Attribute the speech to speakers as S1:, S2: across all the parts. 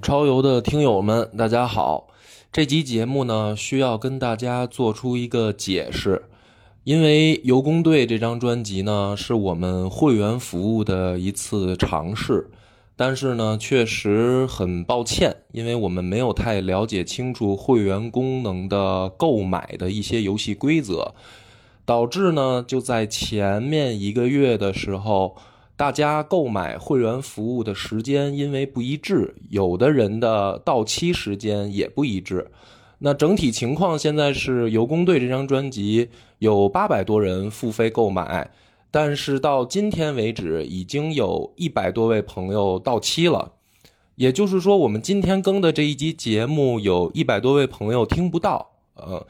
S1: 超游的听友们，大家好！这期节目呢，需要跟大家做出一个解释，因为《游工队》这张专辑呢，是我们会员服务的一次尝试，但是呢，确实很抱歉，因为我们没有太了解清楚会员功能的购买的一些游戏规则，导致呢，就在前面一个月的时候。大家购买会员服务的时间因为不一致，有的人的到期时间也不一致。那整体情况现在是《游工队》这张专辑有八百多人付费购买，但是到今天为止已经有一百多位朋友到期了。也就是说，我们今天更的这一集节目有一百多位朋友听不到。呃，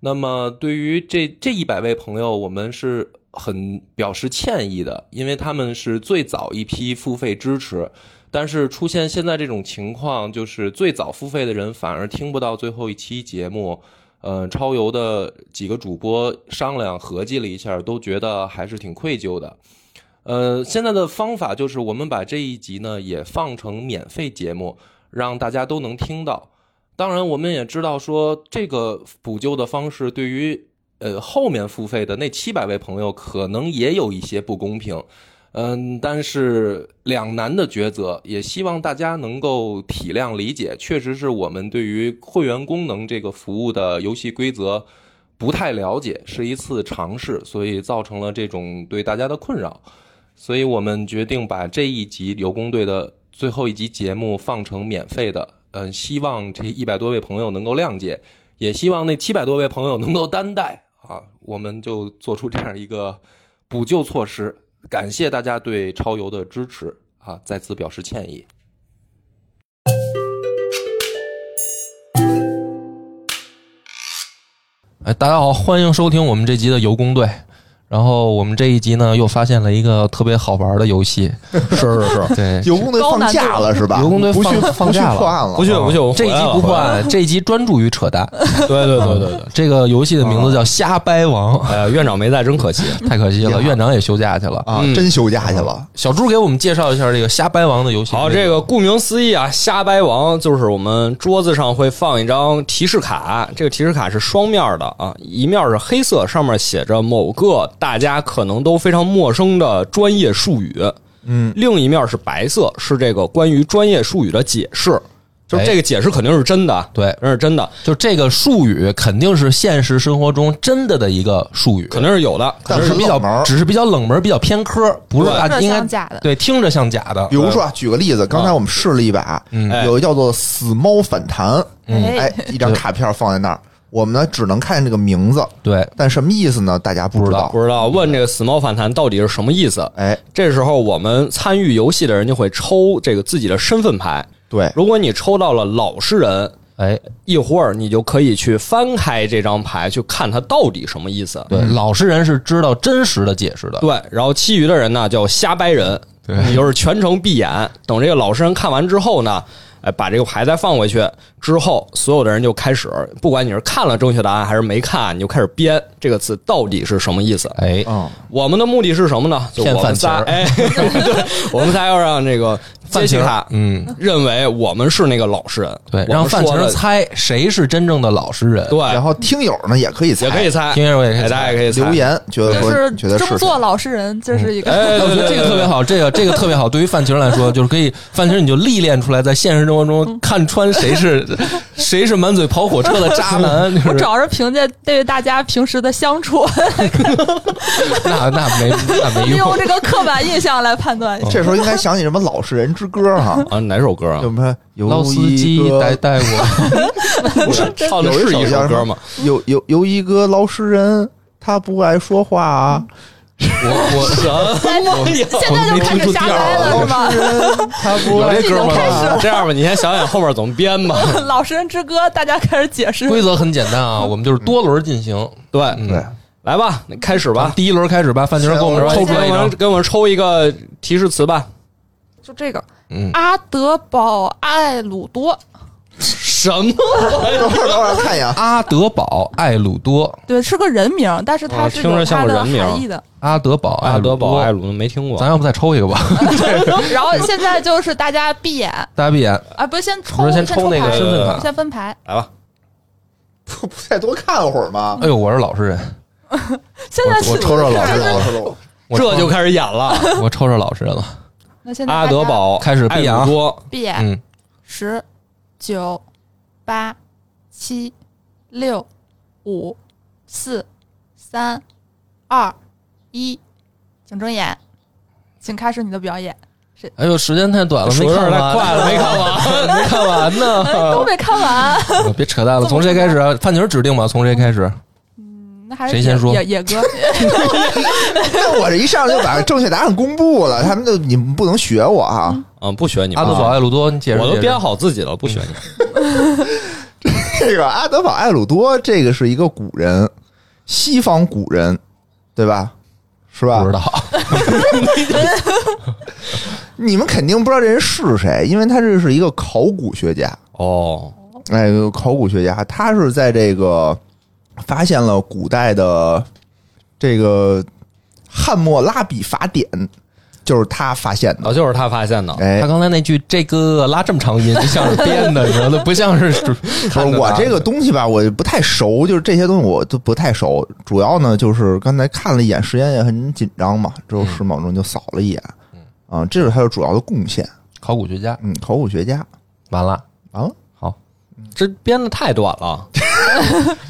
S1: 那么对于这这一百位朋友，我们是。很表示歉意的，因为他们是最早一批付费支持，但是出现现在这种情况，就是最早付费的人反而听不到最后一期节目。呃，超游的几个主播商量合计了一下，都觉得还是挺愧疚的。呃，现在的方法就是我们把这一集呢也放成免费节目，让大家都能听到。当然，我们也知道说这个补救的方式对于。呃，后面付费的那七百位朋友可能也有一些不公平，嗯，但是两难的抉择，也希望大家能够体谅理解。确实是我们对于会员功能这个服务的游戏规则不太了解，是一次尝试，所以造成了这种对大家的困扰。所以我们决定把这一集游工队的最后一集节目放成免费的，嗯，希望这一百多位朋友能够谅解，也希望那七百多位朋友能够担待。啊，我们就做出这样一个补救措施，感谢大家对超游的支持啊，在此表示歉意。哎，大家好，欢迎收听我们这集的游工队。然后我们这一集呢，又发现了一个特别好玩的游戏，
S2: 是 是是，
S1: 对，
S2: 有工队放假了是吧？
S1: 游工队
S2: 不去
S1: 放放假
S2: 不去破案了，
S3: 不去不去，我
S1: 这一集不
S3: 回来了。
S1: 换，这一集专注于扯淡。
S3: 回来了对对对对对，
S1: 这个游戏的名字叫《瞎掰王》，
S3: 哎呀，院长没在，真可惜。
S1: 太可惜了，
S2: 呀
S1: 院长也休假去了。
S2: 啊，
S3: 嗯
S2: 真休假去了。
S1: 小猪给我们介绍一下这个瞎掰王的游戏。
S3: 好，这个顾名思义啊，瞎掰王就是我们桌子上会放一张提示卡，这个提示卡是双面的啊，一面是黑色，上面写着某个大家可能都非常陌生的专业术语，
S2: 嗯，
S3: 另一面是白色，是这个关于专业术语的解释，就是这个解释肯定是真的，
S1: 对，
S3: 那是真的，
S1: 就这个术语肯定是现实生活中真的的一个术语，
S3: 肯定是有的，肯
S2: 但
S1: 只
S3: 定
S2: 是
S1: 是比较
S2: 冷门儿
S1: 只是比较冷门，比较偏科，不是
S3: 对
S1: 大家
S4: 这
S1: 应该
S4: 像假的，
S1: 对听着像假的
S2: 比。如说啊，举个例子，刚才我们试了一把，啊
S3: 哎
S2: 有一个叫做“死猫反弹”，
S4: 哎
S2: 哎，一张卡片放在那儿，我们呢只能看见这个名字，
S1: 对，
S2: 但什么意思呢？大家不知道。
S3: 不知道问这个死猫反弹到底是什么意思？
S2: 哎，
S3: 这时候我们参与游戏的人就会抽这个自己的身份牌。
S2: 对，
S3: 如果你抽到了老实人，
S1: 哎，
S3: 一会儿你就可以去翻开这张牌，去看它到底什么意思。
S1: 对，老实人是知道真实的解释的。
S3: 嗯对，然后其余的人呢叫瞎掰人，你就是全程闭眼，等这个老实人看完之后呢，哎，把这个牌再放回去之后，所有的人就开始，不管你是看了正确答案还是没看，你就开始编这个词到底是什么意思。
S1: 哎，
S2: 嗯，
S3: 我们的目的是什么呢？就
S1: 骗
S3: 我们仨，哎， 对，我们仨要让这个
S1: 范
S3: 杰西
S1: 晴
S3: 卡，
S1: 嗯，
S3: 认为我们是那个老实人，
S1: 对，
S3: 我们
S1: 让范
S3: 说
S1: 晴
S3: 了
S1: 猜谁是真真正的老实人。
S3: 对，
S2: 然后听友呢也可以猜，
S3: 哎也可以猜，
S1: 听友也可以猜
S3: 哎大家也可以猜
S2: 留。言，觉得
S4: 就
S2: 说
S4: 是
S2: 觉得是嗯
S4: 争
S2: 谁
S4: 做老实人， 这是一个。
S3: 哎，
S1: 哎，我
S3: 对，
S1: 觉得这个特别。好，这个这个特别好。对于范晴来说，就是可以，范晴你就历练出来，在现实生活中看穿谁是谁是满嘴跑火车的渣男。就
S4: 我主
S1: 是
S4: 要是凭借对大家平时的相处，
S1: 那那没那
S2: 哎
S1: 没用
S4: 用，这个刻板印象来判断一下。
S2: 这时候应该想起什么《老实人之歌》哈
S3: 对啊，哪首歌啊
S2: 有？什么有
S1: 老司机
S2: 一个
S1: 带带我，
S3: 不是唱的
S2: 有
S3: 哦是
S2: 一
S3: 一
S2: 首叫什
S3: 首歌
S2: 么
S3: 吗？
S2: 有有有一个老实人，他不爱说话啊。
S1: 我我
S3: 什么呀？
S4: 现在就开始瞎掰了是吧？
S2: 他不
S3: 嗯有
S2: 爱
S3: 这歌
S2: 说
S3: 吗
S5: 啊
S4: 开始
S2: 话。
S4: 了
S3: 这样吧，你先想想后面怎么编吧。
S4: 老实人之歌，大家开始解 释。
S1: 规则很简单啊，我们就是多轮进行。
S3: 对，
S2: 对，
S3: 来吧，那开始
S4: 啊
S1: 从
S3: 吧。
S1: 第一轮开始吧，范晴给嗯我们抽出
S3: 给
S1: 来一
S3: 我
S1: 张
S3: 们，给我们抽一个提示词吧。
S4: 就这个，
S1: 嗯
S4: 阿德堡艾鲁多，
S3: 什么？
S2: 等会儿等会儿看一眼啊，
S1: 阿德堡·艾鲁多，
S4: 对，是个人名，但是
S3: 啊
S4: 它是
S3: 听着
S4: 有
S3: 像
S4: 它
S3: 个
S4: 的
S3: 人名
S4: 含义的。
S6: 阿德堡，
S3: 阿德堡
S6: 艾
S3: 艾
S6: 鲁
S3: 鲁没听
S6: 多，
S3: 过
S6: 咱，要不再抽一个吧？
S4: 然后现在就是大家闭眼
S6: 大家闭眼，
S4: 啊，不是先
S1: 不
S4: 抽
S1: 是先抽
S4: 抽
S1: 那个
S4: 牌
S6: 身份卡
S4: 先分牌，
S3: 来吧，
S5: 不不再多看会儿吗？
S6: 哎呦，我是老实人，
S4: 现在是
S6: 我抽着老实人，
S5: 我说了，
S6: 我抽
S3: 这就开始演了。
S6: 我抽着老实人了。
S4: 那现在
S3: 阿
S4: 大家
S3: 德堡
S6: 开始闭眼啊
S3: 艾鲁多
S4: 闭眼
S6: 嗯，
S4: 十、九、八、七、六、五、四、三、二、一，请睁眼，请开始你的表演。
S1: 哎呦，时间太短了，
S3: 手
S1: 没
S3: 有点
S1: 看
S3: 太
S1: 完，
S3: 快了，没看完。
S1: 没看完
S4: 都
S6: 呃
S1: 呢。
S4: 没看完，
S6: 别扯淡了，从谁开 始啊？范宁指定吧，从谁开始？
S4: 那还是
S6: 谁先说
S4: 野野哥，
S5: 那我这一上来就把正确答案公布了，他们就你们不能学我啊！
S3: 嗯，不学你
S6: 阿
S3: 们
S6: 德堡、
S3: 啊，
S6: 艾鲁多，你解释
S3: 我
S6: 解
S3: 都
S6: 释
S3: 编好自己了，不学你。
S5: 这个阿德堡艾鲁多，这个是一个古人，西方古人，对吧？是吧？
S6: 不知道，
S5: 你们肯定不知道这人是谁，因为他这是一个考古学家。
S3: 哦，
S5: 哎，考古学家，他是在这个发现了古代的这个汉谟拉比法典，就是他发现的。
S3: 哦，就是他发现的。
S5: 哎
S6: 他，刚才那句这个拉这么长音，就像是编的，你知道吗？不像是
S5: 不是
S3: 啊
S5: 我这个东西吧，我不太熟，就是这些东西我都不太熟。主要呢，就是刚才看了一眼，时间也很紧张嘛，之
S3: 嗯
S5: 后石某中就扫了一眼，啊，这是他的主要的贡献。
S6: 考古学家，
S5: 嗯，考古学家
S6: 完了，
S5: 啊，
S3: 这编的太短了，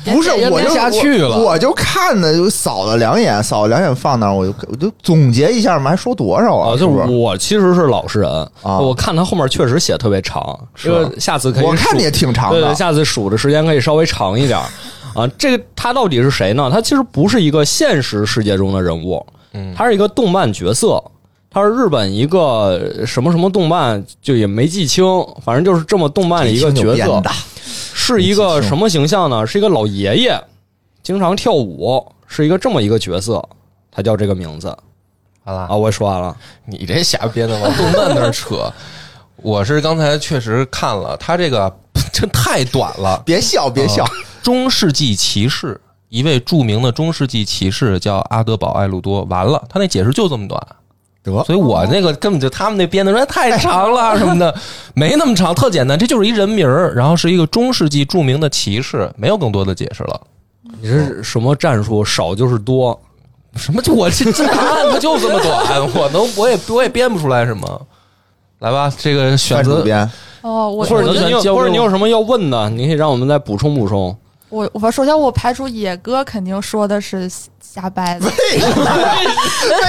S5: 不是，
S4: 也
S5: 我
S4: 没
S5: 就
S6: 下去了
S5: 我我就看的就扫了两眼，扫了两眼放那儿，我就我就总结一下嘛，还说多少啊？
S3: 哦，
S5: 是
S3: 就
S5: 不是？
S3: 我其实是老实人，
S5: 啊
S3: 我看他后面确实写特别长，这
S5: 吧
S3: 个下次可以
S5: 我看
S3: 数
S5: 的也挺长
S3: 对
S5: 的
S3: 对，，下次数的时间可以稍微长 一点儿啊。这个他到底是谁呢？他其实不是一个现实世界中的人物，
S1: 嗯
S3: 他是一个动漫角色，他是日本一个呃什么什么动漫，就也没记清，反正就是这么动漫里一个角
S5: 挺有
S3: 色
S5: 编，的
S3: 是一个什么形象呢？是一个老爷爷，经常跳舞，是一个这么一个角色，他叫这个名字
S6: 完了
S3: 啊。我说完了，
S6: 你这瞎编的，往动漫那儿扯。 我是刚才确实看了，他这个这太短了。
S5: 别笑，别笑，
S6: 啊中世纪骑士，一位著名的中世纪骑士叫阿德堡·艾路多。完了，他那解释就这么短，
S5: 得
S6: 所以我那个根本就他们那编的说太长了什么的，没那么长，特简单，这就是一人名儿，然后是一个中世纪著名的骑士，没有更多的解释了。
S3: 你这什么战术？少就是多。
S6: 什么？我这这答案它就这么短，我能我也我也编不出来什么。来吧，这个选
S5: 范主
S6: 择
S5: 编，
S4: 哦，我
S3: 或者
S4: 我
S3: 你有
S6: 全交给
S3: 或者你
S6: 我
S3: 有什么要问的，你可以让我们再补充补充。
S4: 我我首先我排除野哥肯定说的是瞎掰的，
S5: 为什么呀？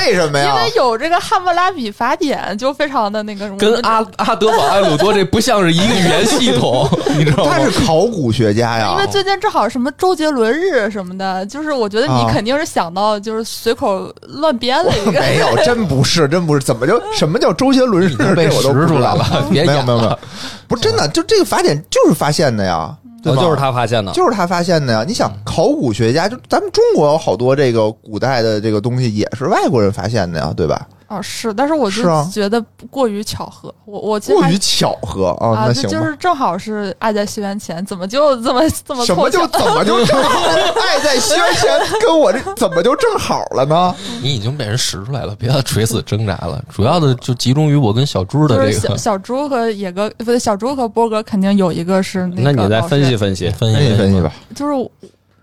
S5: 为什么
S4: 因
S5: 呀？
S4: 为有这个汉谟拉比法典就非常的那个什么
S6: 跟阿阿德堡艾鲁多这不像是一个语言系统，你知道吗
S5: 他？是考古学家呀
S4: 因为，最近正好什么周杰伦日什么的，就是我觉得
S5: 啊
S4: 你肯定是想到就是随口乱编了一个。
S5: 没有，真不是，真不是，怎么就什么叫周杰伦
S6: 已
S5: 式？
S6: 经被
S5: 这我都
S6: 识
S5: 不
S6: 出
S5: 知
S6: 来
S5: 道
S6: 了，别
S5: 没有
S3: 哦
S6: 演
S5: 没有没有，不是真的，就这个法典就是发现的呀，对
S3: 哦，
S5: 吧
S3: 就是他发
S6: 啊
S3: 现的。
S5: 就是他发现的呀。你想，考古学家就咱们中国有好多这个古代的这个东西也是外国人发现的呀，对吧？
S4: 哦，是，但是我就是
S5: 啊
S4: 觉得过于巧合，我我其实
S5: 过
S4: 还
S5: 于巧合啊，
S4: 啊，
S5: 那
S4: 就
S5: 行
S4: 就
S5: 吧。
S4: 是正好是爱在西元前，怎么就这么这么
S5: 什么
S4: 凑
S5: 就
S4: 巧？
S5: 怎么就正好？爱在西元前跟我这怎么就正好了呢？
S6: 你已经被人识出来了，不要垂死挣扎了。主要的就集中于我跟小猪的
S4: 就是
S6: 这
S4: 小
S6: 个
S4: 小猪和野哥，不对，小猪和波哥肯定有一个是
S3: 那
S4: 个。
S3: 你再分析，哎分 析，
S6: 分
S5: 分析
S6: 析
S5: 分析吧。
S4: 就是我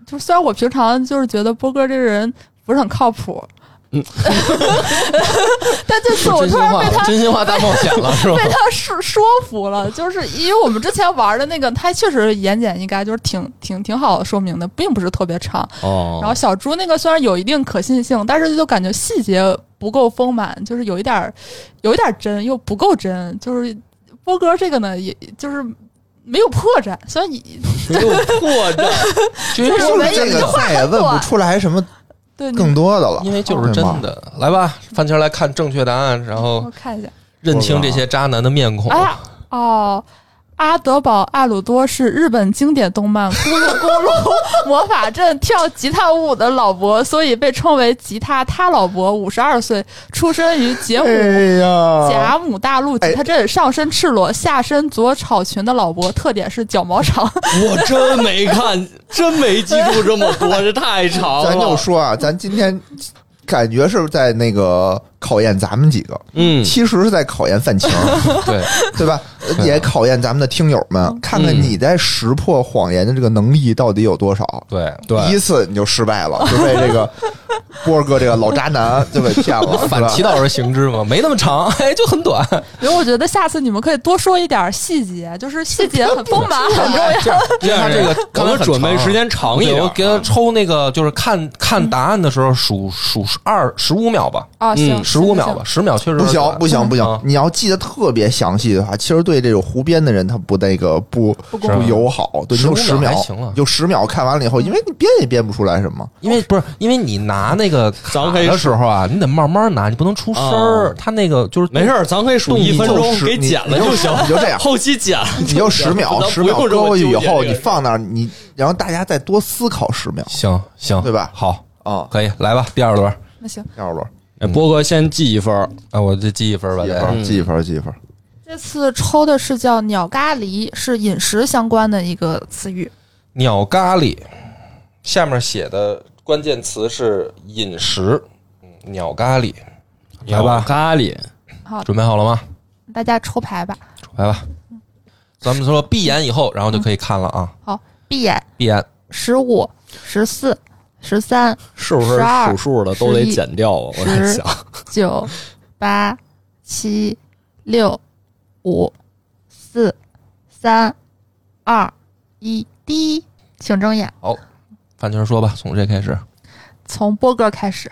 S4: 就是虽然我平常就是觉得波哥这人不是很靠谱，
S3: 嗯，
S4: 但这次我
S6: 真
S4: 突
S6: 心
S4: 然
S6: 话啊
S4: 被他
S6: 真心话大冒险了，是吧
S4: 被？他说说服了，就是因为我们之前玩的那个，他确实言简意赅，就是挺挺挺好说明的，并不是特别长。然后
S3: 哦，
S4: 小猪那个虽然有一定可信性，但是就感觉细节不够丰满，就是有一点儿，有一点儿真又不够真。就是波哥这个呢，也就是没有破绽，虽然也
S3: 没有破绽，
S6: 因为
S5: 就是这个再也问不出来什么
S4: 对你
S5: 更多的了。
S6: 因为就是 真的。来吧，范青来看正确答案，然后
S4: 我看一下，
S6: 认清这些渣男的面孔
S4: 哎。呀，哦。阿德堡·艾鲁多是日本经典动漫《咕噜咕噜魔法阵》跳吉他舞的老伯，所以被称为吉他他老伯。五十二岁，出身于杰姆
S5: 哎呀，
S4: 贾母大陆
S5: 哎
S4: 吉他镇上身赤裸、下身着草裙的老伯，特点是脚毛长。
S3: 我真没看，真没记住这么多，这太长了。嗯
S5: 咱就说啊，咱今天感觉是在那个考验咱们几个，
S3: 嗯，
S5: 其实是在考验范晴，
S6: 对，
S5: 对 吧？
S6: 对
S5: 也考验咱们的听友
S3: 嗯
S5: 们，看看你在识破谎言的这个能力到底有多少。
S6: 对，
S5: 第一次你就失败了，就被这 个波儿哥这个老渣男就给骗了，是
S6: 反
S5: 吧
S6: 其？道而行之嘛，没那么长，哎，就很短。
S4: 因为我觉得下次你们可以多说一点细节，就是细节很丰满，很重要。
S6: 这样，因为他这个
S3: 我
S6: 刚才
S3: 们
S6: 很
S3: 准备
S6: 长
S3: 时间长一
S6: 对
S3: 点啊嗯
S6: 我，给他抽那个，就是看看答案的时候数数二十五秒吧，
S4: 哦，行，
S6: 十五秒
S4: 行
S6: 吧，。十秒确实
S5: 不嗯行
S6: 短
S5: 不行不行
S6: 嗯！
S5: 你要记得特别详细的话，其实对这种湖边的人他不那个不
S4: 不公
S5: 不
S4: 平
S5: 友好，对，你就
S6: 15
S5: 十
S6: 秒
S5: 秒
S6: 还行
S3: 啊
S6: 了
S5: 就十秒看完了以后，因为你编也编不出来什么。
S6: 因为不是因为你拿那个
S3: 咱
S6: 卡
S3: 们可以
S6: 的时候啊，你得慢慢拿，你不能出声儿
S3: 啊。
S6: 他那个就是
S3: 没事，儿，咱可以数一分
S5: 你
S3: 钟
S5: 就十
S3: 给剪了
S5: 你
S3: 就
S5: 就嗯
S3: 行，
S5: 你就这样
S3: 后期剪了
S5: 你就十秒，
S3: 咱
S5: 十
S3: 不用
S5: 秒
S3: 这
S5: 搁
S3: 么
S5: 过去以
S3: 纠结
S5: 后，
S3: 这
S5: 你
S3: 个
S5: 放那儿，你然后大家再多思考十秒
S6: 行行，
S5: 对吧
S6: 好，
S5: 啊。
S6: 可以来吧，第二轮。
S4: 那行，
S5: 第二轮
S3: 哎波哥先记一分儿，
S6: 啊，我就记一分吧，
S5: 记一
S6: 对
S5: 分，记一分，记一分。
S4: 这次抽的是叫鸟咖喱，是饮食相关的一个词语。
S6: 鸟咖喱，下面写的关键词是饮食，嗯鸟咖喱，来
S3: 吧，
S6: 吧，
S3: 咖喱，
S4: 好，
S6: 准备好了吗？
S4: 大家抽牌吧。
S6: 来吧，咱们说闭眼以后，然后就可以看了啊，
S4: 闭眼，
S6: 闭眼，
S4: 十五、十四、十三、
S3: 是不是
S4: 12
S3: 数数的都得
S4: 11
S3: 剪掉啊？我在
S4: 10
S3: 想，
S4: 九、八、七、六、五、四、三、二、一，滴，请睁眼。
S6: 范全说吧，从谁开始？
S4: 从波哥开始，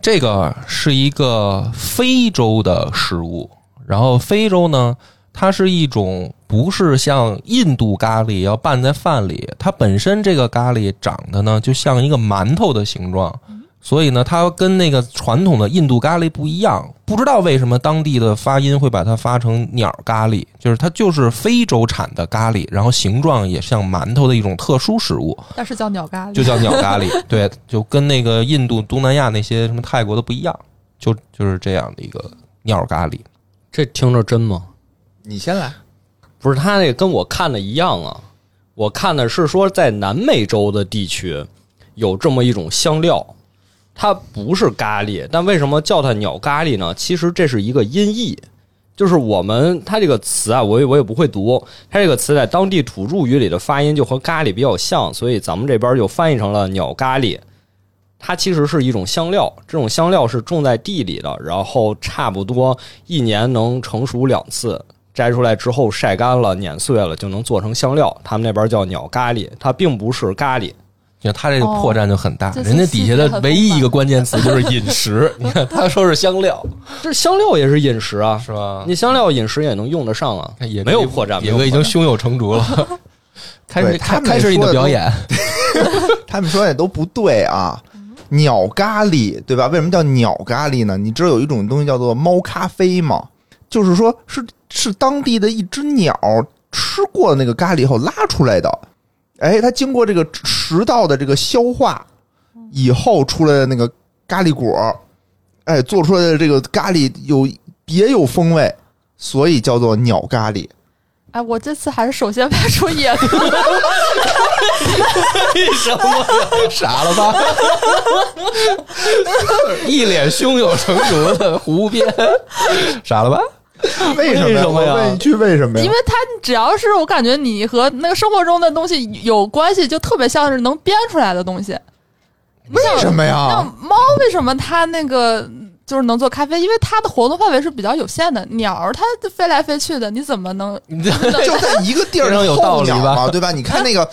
S6: 这个是一个非洲的食物，然后非洲呢，它是一种不是像印度咖喱要拌在饭里，它本身这个咖喱长得呢就像一个馒头的形状，所以呢，它跟那个传统的印度咖喱不一样。不知道为什么当地的发音会把它发成鸟咖喱，就是它就是非洲产的咖喱，然后形状也像馒头的一种特殊食物。
S4: 哦但是叫鸟咖喱
S6: 就叫鸟咖喱，对，就跟那个印度、东南亚那些什么泰国的不一样，就就是这样的一个鸟咖喱。
S3: 这听着真吗？
S5: 你先来，
S3: 不是，他那个跟我看的一样啊。我看的是说，在南美洲的地区有这么一种香料，它不是咖喱，但为什么叫它鸟咖喱呢？其实这是一个音译，就是我们它这个词啊，我也我也不会读，它这个词在当地土著语里的发音就和咖喱比较像，所以咱们这边就翻译成了鸟咖喱。它其实是一种香料，这种香料是种在地里的，然后差不多一年能成熟两次，摘出来之后晒干了、碾碎了就能做成香料。他们那边叫鸟咖喱，它并不是咖喱。
S6: 你看他这个
S4: 哦
S6: 破绽就很大，
S4: 这是
S6: 人家底下
S4: 细节
S6: 的
S4: 很
S6: 唯一一个关键词就是饮 食，你看他说是香料
S3: 这香料也是饮食啊，
S6: 是吧？
S3: 你香料饮食也能用得上啊，
S6: 看野哥
S3: 没有破绽。
S6: 野
S3: 没
S6: 哥
S3: 有
S6: 已
S3: 破
S6: 经
S3: 绽
S6: 胸有成竹了。 开始
S5: 对
S6: 开
S5: 他们
S6: 开始你的表演，
S5: 他们说的都不对啊。鸟咖喱对吧？为什么叫鸟咖喱呢？你知道有一种东西叫做猫咖啡吗？就是说是是当地的一只鸟吃过那个咖喱后拉出来的，哎，它经过这个食道的这个消化以后出来的那个咖喱果，哎，做出来的这个咖喱有别有风味，所以叫做鸟咖 喱。
S4: 哎，我这次还是首先排除野哥，
S3: 为什么？
S6: 傻了吧？一脸胸有成竹的湖 边，傻了吧？
S5: 为什么呀？
S3: 为什么呀
S5: 我问一句为什么呀
S4: 因为？他只要是我感觉你和那个生活中的东西有关系，就特别像是能编出来的东西。
S5: 为什么
S4: 那
S5: 呀？
S4: 猫为什么它那个就是能做咖啡？因为它的活动范围是比较有限的。鸟儿它飞来飞去的，你怎么能
S6: 你这
S5: 就在一个地儿
S6: 非常有道理吧
S5: 候鸟嘛，对吧？你看 那个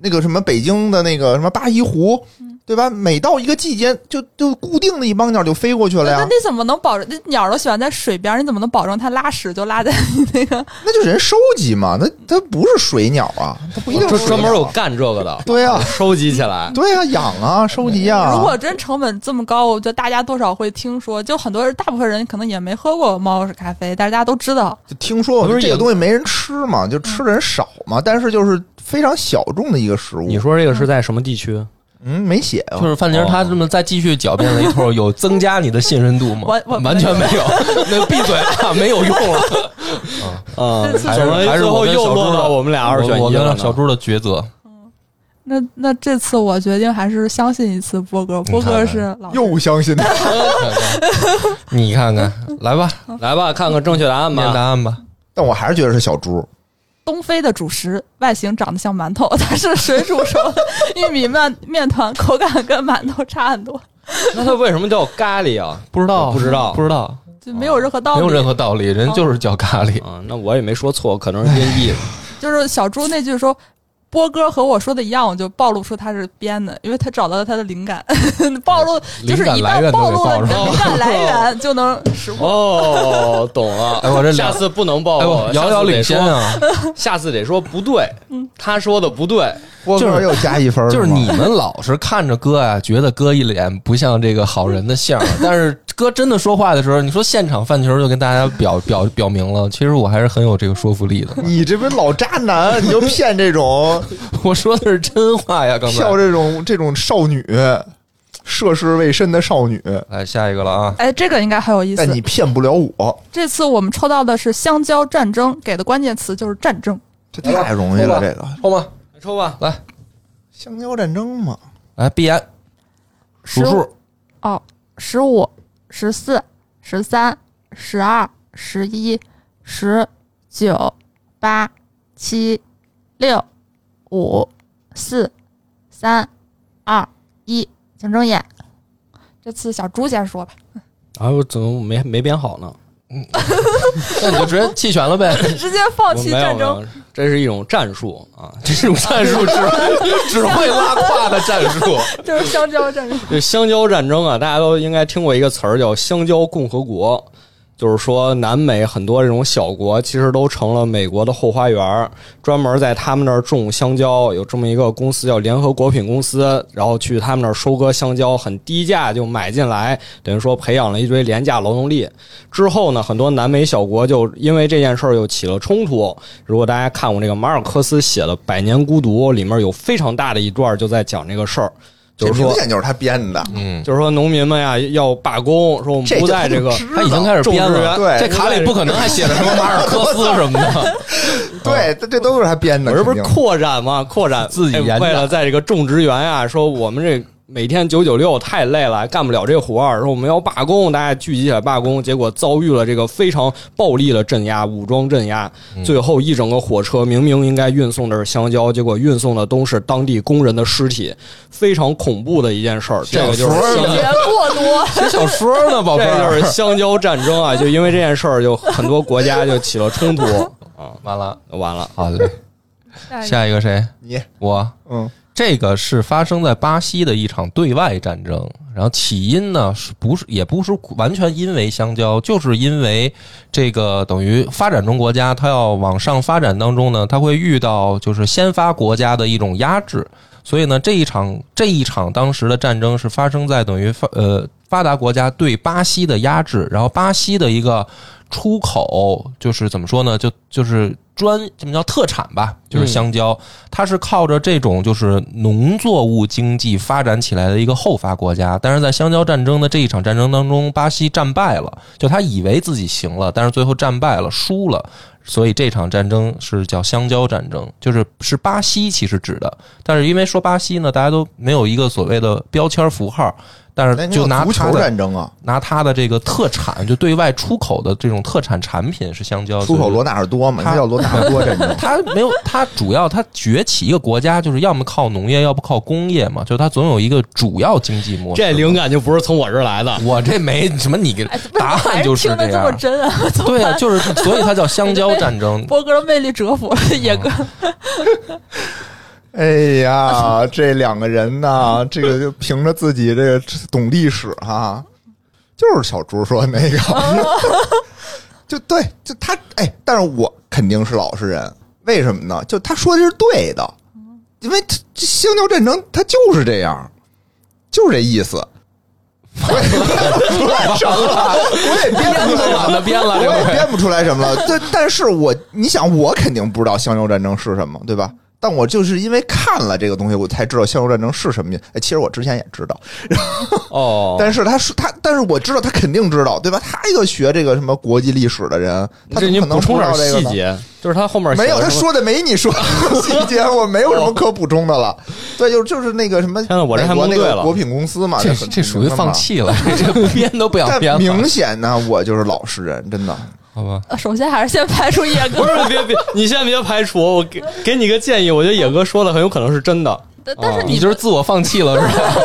S5: 那个什么北京的那个什么八一湖，
S6: 嗯
S5: 对吧？每到一个季节，就就固定的一帮鸟就飞过去了
S4: 那
S5: 呀
S4: 你。怎么能保证？那鸟儿都喜欢在水边儿，你怎么能保证它拉屎就拉在你那个？
S5: 那就人收集嘛，那它不是水鸟啊，它不一定是
S3: 这
S5: 水
S3: 专
S5: 鸟
S3: 门有
S5: 啊
S3: 干这个 的，
S5: 对啊，
S3: 收集起来。
S5: 对啊，养啊，收集啊。
S4: 如果真成本这么高，我觉得大家多少会听说。就很多人，大部分人可能也没喝过猫屎咖啡，但是大家都知道。
S5: 就听说我
S3: 不
S5: 们
S3: 是
S5: 这个
S3: 有
S5: 东西没人吃嘛，就吃的人少
S6: 嗯
S5: 嘛，但是就是非常小众的一个食物。
S3: 你说这个是在什么地区？哦
S5: 嗯，没写啊
S6: 就。是范宁他这么再继续狡辩了一通，有增加你的信任度吗？
S4: 我我
S6: 完全没有，那闭嘴啊，没有用了。
S3: 嗯，
S4: 这是
S3: 怎么最
S6: 还是我
S3: 后
S6: 跟
S3: 又
S6: 小
S3: 落
S6: 猪
S3: 到
S6: 的
S3: 我们俩二选
S6: 我
S3: 一了
S6: 跟
S3: 呢
S6: 小猪的抉择，
S4: 那那这次我决定还是相信一次波哥，波哥是老
S5: 又相信他，
S6: 你看看，来吧，
S3: 来吧，看看正确答案
S6: 念答
S3: 吧。
S6: 案吧。
S5: 但我还是觉得是小猪。
S4: 东非的主食，外形长得像馒头，它是水煮熟 的玉米面面团，口感跟馒头差很多，
S3: 那它为什么叫咖喱啊？
S6: 不知道，
S3: 我不知道
S6: 不知道，
S4: 就没有任何道
S6: 没
S4: 理。
S6: 有任何道理，人就是叫咖喱。
S3: 啊，那我也没说错，可能是音 译。
S4: 就是小猪那句说。波哥和我说的一样，我就暴露出他是编的，因为他找到了他的灵感， 暴露
S6: 灵
S4: 就是
S6: 感
S4: 一
S6: 来源
S4: 旦暴
S6: 都给
S4: 露了
S6: 暴
S4: 你的
S6: 露
S4: 灵感来 源，就能识破。
S3: 哦，懂了。
S6: 哎我这
S3: 下
S6: 两
S3: 次不能报
S6: 哎呦
S3: 我，，
S6: 遥遥领先
S3: 下
S6: 啊！
S3: 次得说！下次得说不对，他说的不对。
S5: 波
S6: 就是
S5: 哥又加一分儿
S6: 就是
S5: 吗
S6: 你们老是看着哥啊，觉得哥一脸不像这个好人的相儿，但是哥真的说话的时候，你说现场饭球就跟大家表表表明了，其实我还是很有这个说服力的。
S5: 你这不是老渣男，你就骗这 种
S6: 我说的是真话呀，刚才
S5: 跳。这种这种少女，涉世未深的少女，
S6: 来下一个了啊！
S4: 哎，这个应该很有意思。
S5: 但你骗不了我，
S4: 这次我们抽到的是香蕉战争，给的关键词就是战争。
S5: 这太容易了。
S6: 来
S5: 这个
S6: 后吗？
S3: 抽吧，
S6: 来
S5: 香蕉战争嘛，
S6: 来，闭眼数
S4: 15
S6: 数，
S4: 哦，十五、十四、十三、十二、十一、十九、八、七、六、五、四、三、二、一，请睁眼。这次小猪先说吧，
S3: 哎，我怎么没没编好呢？
S6: 嗯 那你就直接弃权了 呗。
S4: 直接放
S3: 我没有，没，有 这是一种战术啊！
S6: 这种战术只只会拉胯的战 术，
S4: 就是香蕉战争。
S3: 这香蕉战争啊，大家都应该听过一个词儿叫“香蕉共和国”，就是说南美很多这种小国其实都成了美国的后花园儿，专门在他们那儿种香蕉。有这么一个公司叫联合果品公司，然后去他们那儿收割香蕉，很低价就买进来，等于说培养了一堆廉价劳动力。之后呢，很多南美小国就因为这件事儿又起了冲突。如果大家看我这个马尔克斯写的《百年孤独》，里面有非常大的一段就在讲这个事儿。就是
S5: 这
S3: 说
S5: 明，显就是他编的。
S6: 嗯，
S3: 就是说农民们呀要罢工，说我们
S5: 这
S3: 不在
S5: 就
S3: 这个，
S6: 他已经开始
S3: 种植
S6: 编了。
S3: 园
S5: 对
S6: 这卡里不可能还写着什么马尔科斯什么的。
S5: 对，这这都是他编的。
S3: 我这不是
S5: 肯定
S3: 扩展吗？扩展
S6: 自己
S3: 哎
S6: 研的
S3: 为了在这个种植园呀，说我们这每天九九六太累了，干不了这活儿，说我们要罢工，大家聚集起来罢工，结果遭遇了这个非常暴力的镇压，武装镇压，
S6: 嗯
S3: 最后一整个火车明明应该运送的是香蕉，结果运送的都是当地工人的尸体，非常恐怖的一件事儿。这个就是香蕉。
S4: 过 多，
S6: 写小说呢，宝贝
S3: 这就
S6: 儿
S3: 是。香蕉战争啊！就 因为这件事儿，就很多国家就起了冲突啊，
S6: 完了，
S3: 完了。
S6: 好嘞，
S4: 哎
S6: 下一个谁？
S5: 你
S6: 我。
S5: 嗯，
S6: 这个是发生在巴西的一场对外战争，然后起因呢是不是也不是完全因为香蕉，就是因为这个等于发展中国家它要往上发展当中呢，它会遇到就是先发国家的一种压制，所以呢这一场这一场当时的战争是发生在等于发呃发达国家对巴西的压制，然后巴西的一个出口就是怎么说呢，就就是专怎么叫特产吧，就是香蕉。它是靠着这种就是农作物经济发展起来的一个后发国家，但是在香蕉战争的这一场战争当中，巴西战败了，就他以为自己行了，但是最后战败了，输了，所以这场战争是叫香蕉战争，就是是巴西其实指的，但是因为说巴西呢，大家都没有一个所谓的标签符号，但
S5: 哎
S6: 是
S5: 你
S6: 就
S5: 有
S6: 拿
S5: 足
S6: 它
S5: 球
S6: 的
S5: 战争啊，
S6: 拿它的这个特产，就对外出口的这种特产产品是香蕉，
S3: 哦
S5: 出
S6: 所
S5: 口
S6: 以
S5: 罗纳尔多嘛，
S6: 他。
S5: 他叫罗纳尔多战争
S6: 它没有，它主要它崛起一个国家，就是要么靠农业，要不靠工业嘛，就它总有一个主要经济模式。
S3: 这灵感就不是从我这儿来的，
S6: 我这没什么，你给
S4: 哎
S6: 答案就是
S4: 听
S6: 这
S4: 得这么
S6: 样。
S4: 真啊！。
S6: 对啊，就是所以它叫香蕉战争
S4: 波哥的魅力折服了
S6: 哦
S4: 野哥，
S5: 哎呀， 这两个人呐，这个就凭着自己这个懂历史哈、就是小猪说那个， 就对，就他哎，但是我肯定是老实人，为什么呢？就他说的是对的，因为他这香蕉战争他就是这样，就是这意思。我也成了，我也编不出来
S6: 懒得 编了，
S5: 我也编不出来什么了。但但是我，你想，我肯定不知道香蕉战争是什么，对吧？但我就是因为看了这个东西，我才知道《陷入战争》是什么。哎，其实我之前也知道，
S3: 哦，
S5: 但是他说他，但是我知道他肯定知道，对吧？他一个学这个什么国际历史的人，他
S3: 这
S5: 怎
S3: 你
S5: 么可能
S3: 补充
S5: 不知
S3: 点
S5: 道这个
S3: 细
S5: 呢？
S3: 节，就是他后面
S5: 没有，
S3: 写
S5: 他
S3: 的什么。
S5: 说的没你说的细节，我没有什么可补充的了。对，就是就是那个什么，
S3: 哦天呐我这
S5: 美
S3: 还
S5: 国
S3: 蒙
S5: 那
S3: 对
S5: 个
S3: 了
S5: 国品公司嘛，
S6: 这
S5: 很
S6: 这属于放。弃了，这编都不想
S5: 很
S6: 编
S5: 但
S6: 了
S5: 明，显呢，我就是老实人，真的。
S6: 好吧？
S4: 呃首先还是先排除野
S3: 不
S4: 哥，
S3: 是，别别，你先别排除，我给给你个建议，我觉得野哥说的很有可能是真的。
S4: 但但是
S6: 你
S4: 你
S6: 就是自我放弃了，是吧？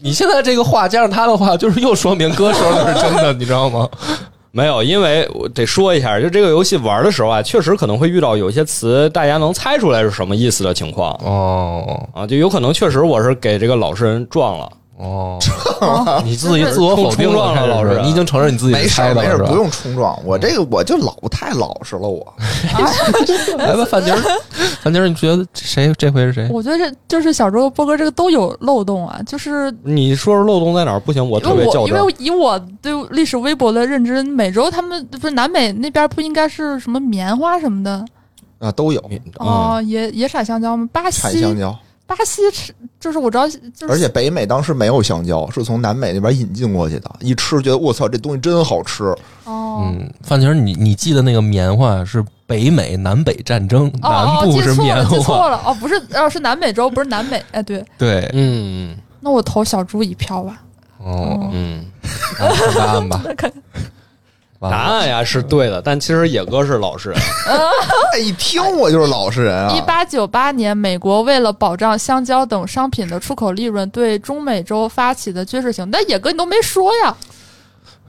S6: 你现在这个话加上他的话，就是又说明哥说的是真的，你知道吗？
S3: 没有，因为我得说一下，就这个游戏玩的时候啊，确实可能会遇到有些词大家能猜出来是什么意思的情况
S6: 哦
S3: 啊，就有可能确实我是给这个老实人撞了。
S6: 哦， 你自己自我否定
S3: 哦冲撞了
S6: 开始
S3: 老师啊
S6: 你已经承认你自己
S5: 没
S6: 是
S5: 事
S6: 猜
S5: 儿
S6: 的
S5: 没
S6: 了，
S5: 事
S6: 是
S5: 儿，
S6: 吧
S5: 不。用冲撞。我这个我就老我太老实了，我
S6: 来吧，哎范妮儿，范妮儿，你觉得谁这回是谁？
S4: 我觉得这就是小周和波哥这个都有漏洞啊，就是
S3: 你说说漏洞在哪儿？不行，我特
S4: 因为
S3: 别较
S4: 我因
S3: 真。
S4: 为以我对历史微博的认知，美洲他们不是南美那边不应该是什么棉花什么的
S5: 啊都有
S4: 哦、
S3: 嗯
S4: 也也产香蕉吗？巴
S5: 产香
S4: 西
S5: 蕉，
S4: 巴西吃就是我知道，就是
S5: 而且北美当时没有香蕉，是从南美那边引进过去的。一吃觉得我操，这东西真好吃。
S4: 哦。
S6: 嗯，范妮儿，你你记得那个棉花是北美南北战争，
S4: 哦哦
S6: 南，
S4: 记
S6: 部是
S4: 错了，
S6: 棉
S4: 记
S6: 花，
S4: 错了，哦，不是，哦，是南美洲，不是南美，哎，对，
S6: 对，
S3: 嗯
S4: 那我投小猪一票吧。
S6: 哦，
S3: 嗯，
S6: 看答 案吧，
S3: 答
S6: 完了
S3: 案呀是对的，但其实野哥是老实人。
S5: 哎，一听我就是老实人
S4: 一
S5: 啊。
S4: 八九八年，美国为了保障香蕉等商品的出口利润，对中美洲发起的军事行动。但野哥你都没说呀，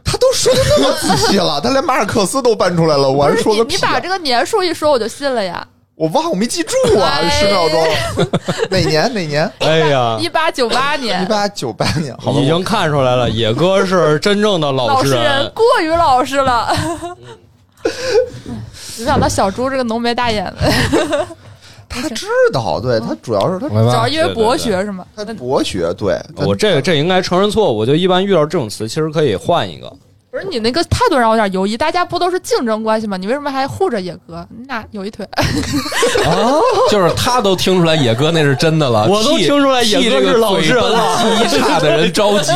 S5: 他都说的那么 仔细了，他连马尔克斯都搬出来了，我还
S4: 不是
S5: 说
S4: 你
S5: 个
S4: 你
S5: 屁
S4: 把
S5: 啊！
S4: 这个年数一说，我就信了呀。
S5: 我忘了，我没记住啊，
S4: 哎
S5: 十秒钟，哪年哪年？
S3: 哎 呀，
S4: 一八九八
S5: 啊一
S4: 年，
S5: 八九八年，好吧
S3: 已，经看出来了，野哥是真正的老
S4: 老
S3: 实
S4: 实
S3: 人
S4: 人。过于老实了。哎 没想到小猪这个浓眉大眼的，
S5: 他知道，对他主要是他
S6: 明
S4: 主
S6: 白
S4: 要
S6: 吧？
S4: 因为博学是吗？
S5: 他博学，对他
S3: 我这这应该承认错误，就一般遇到这种词，其实可以换一个。
S4: 不是你那个态度让我有点犹疑，大家不都是竞争关系吗？你为什么还护着野哥？你俩有一腿，
S6: 就是他都听出来野哥那是真的了，
S3: 我都
S6: 替
S3: 听出来野
S6: 替
S3: 哥
S6: 这个
S3: 是老实人
S6: 嘴 笨
S3: 了
S6: 记忆差的人着急。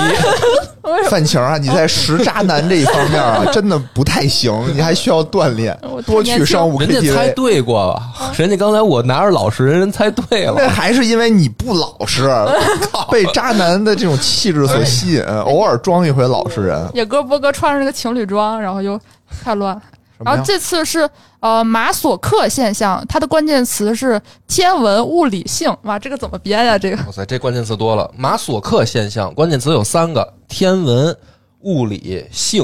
S5: 范晴啊，你在识渣男这一方面 啊，真的不太行，你还需要锻炼
S4: 我，
S5: 多去商务
S6: 人家猜
S5: KTV。
S6: 对过吧？人家刚才我拿着老实人，人猜对
S5: 那
S6: 了。
S5: 还是因为你不老 实，被渣男的这种气质所吸
S6: 哎
S5: 引，偶尔装一回老实人。
S4: 野哥波哥穿上这个情侣装，然后又太乱了。
S5: 什么
S4: 然
S5: 呀
S4: 后这次是呃马索克现象，它的关键词是天文物理性。哇，这个怎么编呀、这个
S6: 哇塞，这关键词多了。马索克现象关键词有三个：天文、物理、性。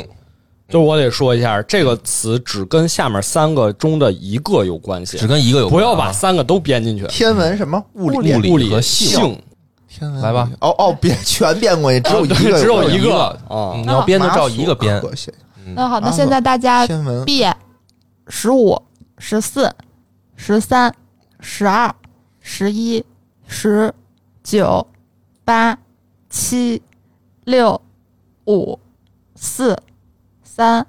S3: 就是我得说一下，这个词只跟下面三个中的一个有关系，
S6: 只跟一个有
S3: 不
S6: 关啊。
S3: 要把三个都编进去。
S5: 天文什么物理？
S6: 物理
S3: 物理
S6: 和性
S3: 性，
S5: 天文
S6: 来吧哦
S5: 物理哦哦，别全变过去，只有 一个，
S3: 只有一
S6: 一个
S3: 个啊
S6: 嗯你要编就照一个编
S5: 马。索克写
S4: 那嗯好，那
S5: 啊
S4: 现在大家
S5: 天文
S4: B 十五、十四、十三、十二、十一、十九、八、七、六、五、四、三、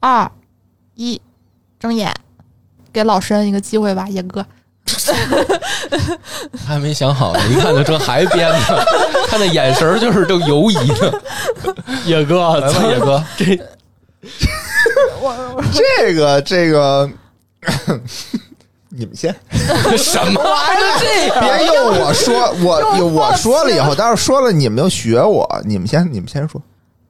S4: 二、一，睁眼，给老申一个机会吧，野 哥。
S6: 还没想好呢，一看就这还编呢， 看那眼神儿就是正犹疑呢。
S3: 野哥，
S6: 来吧，
S3: 咱
S6: 野哥，
S3: 这
S5: 这个这个， 你们先。
S6: 什么玩意儿？这
S5: 别用我说， 我有我说了以后，待会儿说了你们就学我，你们先你们先说。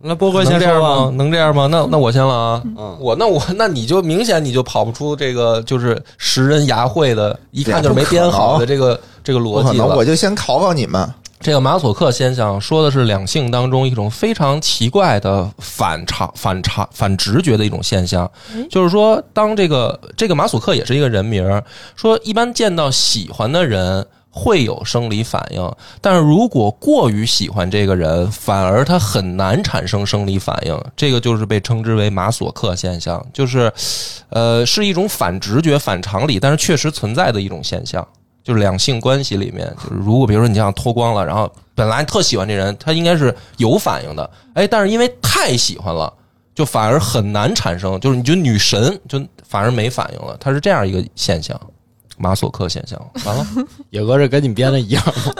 S3: 那波哥
S6: 能
S3: 先
S6: 这样吗
S3: 说？吧。
S6: 能这样吗？那那我先了啊。
S3: 嗯
S6: 我那我那你就明显你就跑不出这个就是识人牙慧的，一看就是没编好的这个这个
S5: 不
S6: 逻
S5: 可
S6: 辑
S5: 能，
S6: 了
S5: 我。就先考考你们。
S6: 这个马索克现象说的是两性当中一种非常奇怪的反常、反常、反直觉的一种现象，就是说，当这个这个马索克也是一个人名儿，说一般见到喜欢的人会有生理反应，但是如果过于喜欢这个人，反而他很难产生生理反应，这个就是被称之为马索克现象，就是，呃，是一种反直觉、反常理，但是确实存在的一种现象。就是两性关系里面，就是如果比如说你像脱光了，然后本来特喜欢这人，他应该是有反应的，哎，但是因为太喜欢了，就反而很难产生，就是你觉得女神就反而没反应了，它是这样一个现象。马索克现象。完 了，
S3: 野哥这跟你编的一样，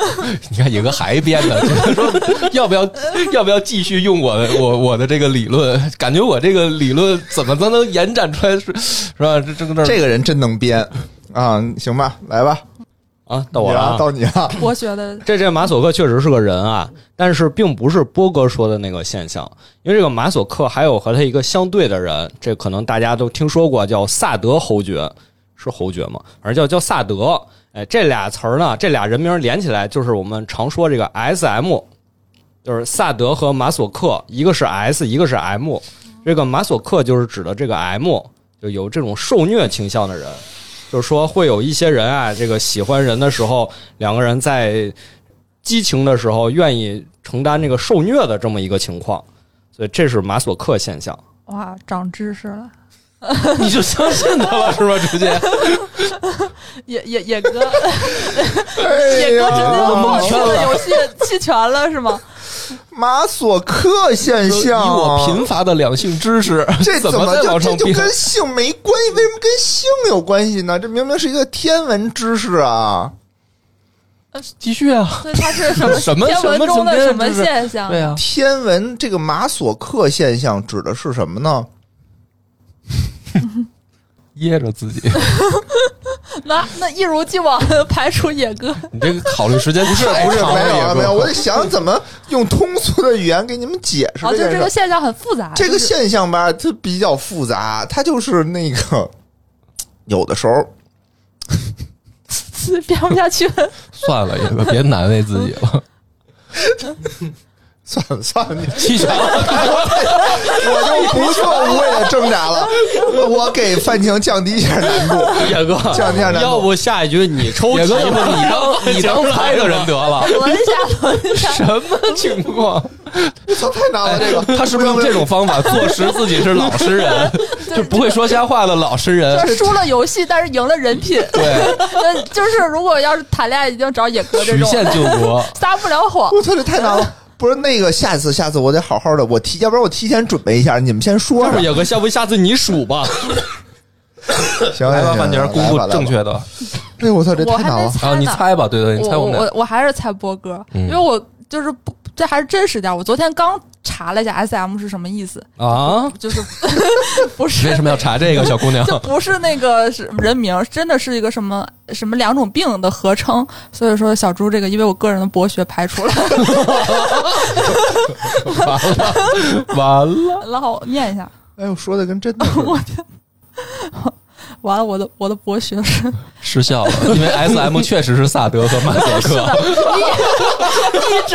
S6: 你看野哥还编呢， 就是说要不要要不要继续用我的我我的这个理论？感觉我这个理论怎么才能延展出来是是吧？这这个这
S5: 这个人真能编啊！行吧，来吧，
S3: 啊，到我了、
S5: 你
S3: 啊
S5: 了，。到你 了。
S4: 我觉得
S3: 这这马索克确实是个人啊，但是并不是波哥说的那个现象，因为这个马索克还有和他一个相对的人，这可能大家都听说过，叫萨德侯爵，是侯爵吗？反正叫叫萨德。哎，这俩词儿呢，这俩人名连起来就是我们常说这个 S M，就是萨德和马索克，一个是 S，一个是 M。这个马索克就是指的这个 M，就有这种受虐倾向的人，就是说会有一些人啊，这个喜欢人的时候，两个人在激情的时候愿意承担这个受虐的这么一个情况，所以这是马索克现 象。
S4: 哇，长知识了。
S6: 你就相信他 了是吧？直接
S4: 野野野 哥，野哥直接
S5: 哎呀
S4: 跑出了游戏弃权了是吗？
S5: 马索克现
S6: 以
S5: 象，
S6: 我贫乏的两性知识，
S5: 这
S6: 怎
S5: 么
S6: 再
S5: 就
S6: 往
S5: 这
S6: 上
S5: 就
S6: 编？
S5: 跟性没关系？为什么跟性有关系呢？这明明是一个天文知识啊！
S6: 继续啊，
S4: 所以它是什么
S6: 什么
S4: 天文中的什么现象？
S6: 对啊，
S5: 天文这个马索克现象指的是什么呢？
S6: 噎着自己。
S4: 那那一如既往的排除野哥，
S6: 你这个考虑时间不是
S5: 不是
S6: 长
S5: 没有
S6: 了，
S5: 啊
S6: 野
S5: 没有，我
S6: 哥。
S5: 得想怎么用通俗的语言给你们解释
S4: 啊，就
S5: 件
S4: 这
S5: 事
S4: 个。现象很复杂。
S5: 这
S4: 啊就
S5: 个
S4: 是
S5: 现象吧，它比较复杂，它就是那个有的时候
S4: 编不下去，
S6: 算了，野哥，别难为自己 了，
S5: 算了算了，你
S6: 弃权了。
S5: 我就不做无谓的挣扎了，我给范晴降低一下难度，
S3: 野哥，
S5: 降低一下难
S3: 要
S5: 度。
S3: 不下一局你抽
S6: 野
S3: 题
S6: 哥，要
S3: 吧？
S6: 不你当你当猜的人得了，
S4: 轮一下，轮一下。
S6: 什么情况？
S5: 操太难了，啊这个
S6: 哎他是不是用这种方法坐实自己是老实人， 就不会说瞎话的老实人？啊
S4: 就是输了游戏，但是赢了人品。
S6: 对，
S4: 那就是如果要是谈恋爱，一定找野哥这
S6: 曲
S4: 种，
S6: 线救国。
S4: 撒不了谎。
S5: 我操，这太难了。不是那个，下次下次我得好好的，我提，要不然我提前准备一下，你们先说
S3: 要
S5: 着
S3: 不。野哥，要不下次你数吧？
S5: 行，
S6: 来吧，
S5: 行
S6: 范姐，公布正。
S5: 行来吧来吧
S6: 确的
S5: 对，我操，这
S4: 我
S5: 太
S4: 还
S5: 难
S4: 没
S5: 了。
S4: 猜
S6: 啊，
S4: 呢，
S6: 你猜吧，对对，你猜
S4: 我
S6: 们俩
S4: 我我还是猜波哥，
S6: 嗯
S4: 因为我就是不，这还是真实点儿。我昨天刚查了一下 S M 是什么意思，
S3: 啊，
S4: 就是 不
S6: 为
S4: 是
S6: 什么要查这个小姑 娘？
S4: 就不是那个是人名，真的是一个什么什么两种病的合称。所以说小猪这个，因为我个人的博学排除了，
S6: 完了，
S4: 然后我念一下。
S5: 哎呦，说的跟 真的似的。
S4: 完了，我的我的博学是
S6: 失效了，因为 S M 确实是萨德和马索
S4: 是的
S6: 克。，
S4: 一指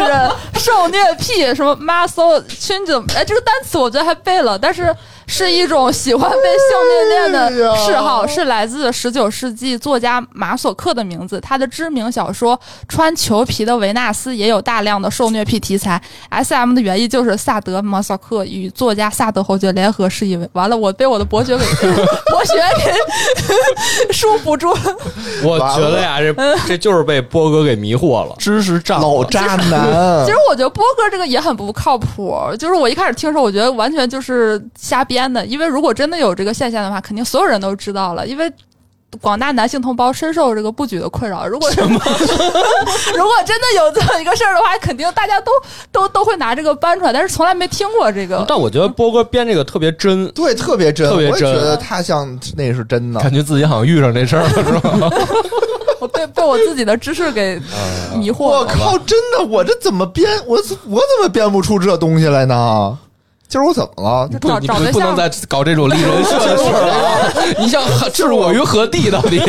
S4: 受虐癖，什么 muscle change，哎，这个单词我觉得还背了，但是是一种喜欢被性虐恋的嗜好，是来自十九世纪作家马索克的名字。他的知名小说《穿裘皮的维纳斯》也有大量的受虐癖题材。S.M 的原意就是萨德马索克与作家萨德侯爵联合是一为。完了，我被 我的博学给博学 给束缚住了。
S3: 我觉得呀，这这就是被波哥给迷惑了。
S6: 知识障
S5: 老渣男
S4: 其实，我觉得波哥这个也很不靠谱，就是我一开始听的时候，我觉得完全就是瞎编的，因为如果真的有这个现象的话，肯定所有人都知道了，因为。广大男性同胞深受这个不举的困扰。如果是 如果真的有这么一个事儿的话，肯定大家都都都会拿这个搬出来，但是从来没听过这个。
S3: 但我觉得波哥编这个特别真，
S5: 对，特别真，
S3: 特别
S5: 我也觉
S3: 真
S5: 得他像那是真的。
S6: 感觉自己好像遇上这事儿了，是吧？
S4: 我被被我自己的知识给
S6: 嗯
S4: 迷惑
S5: 我
S4: 了。
S5: 靠，真的，我这怎么编？我我怎么编不出这东西来呢？今儿我怎么了？
S4: 就
S6: 不，
S4: 找
S6: 你
S4: 找
S6: 不
S4: 对
S6: 不能
S4: 象，呃
S6: 再搞这种立人设的事儿了。你想置我于何地？到底？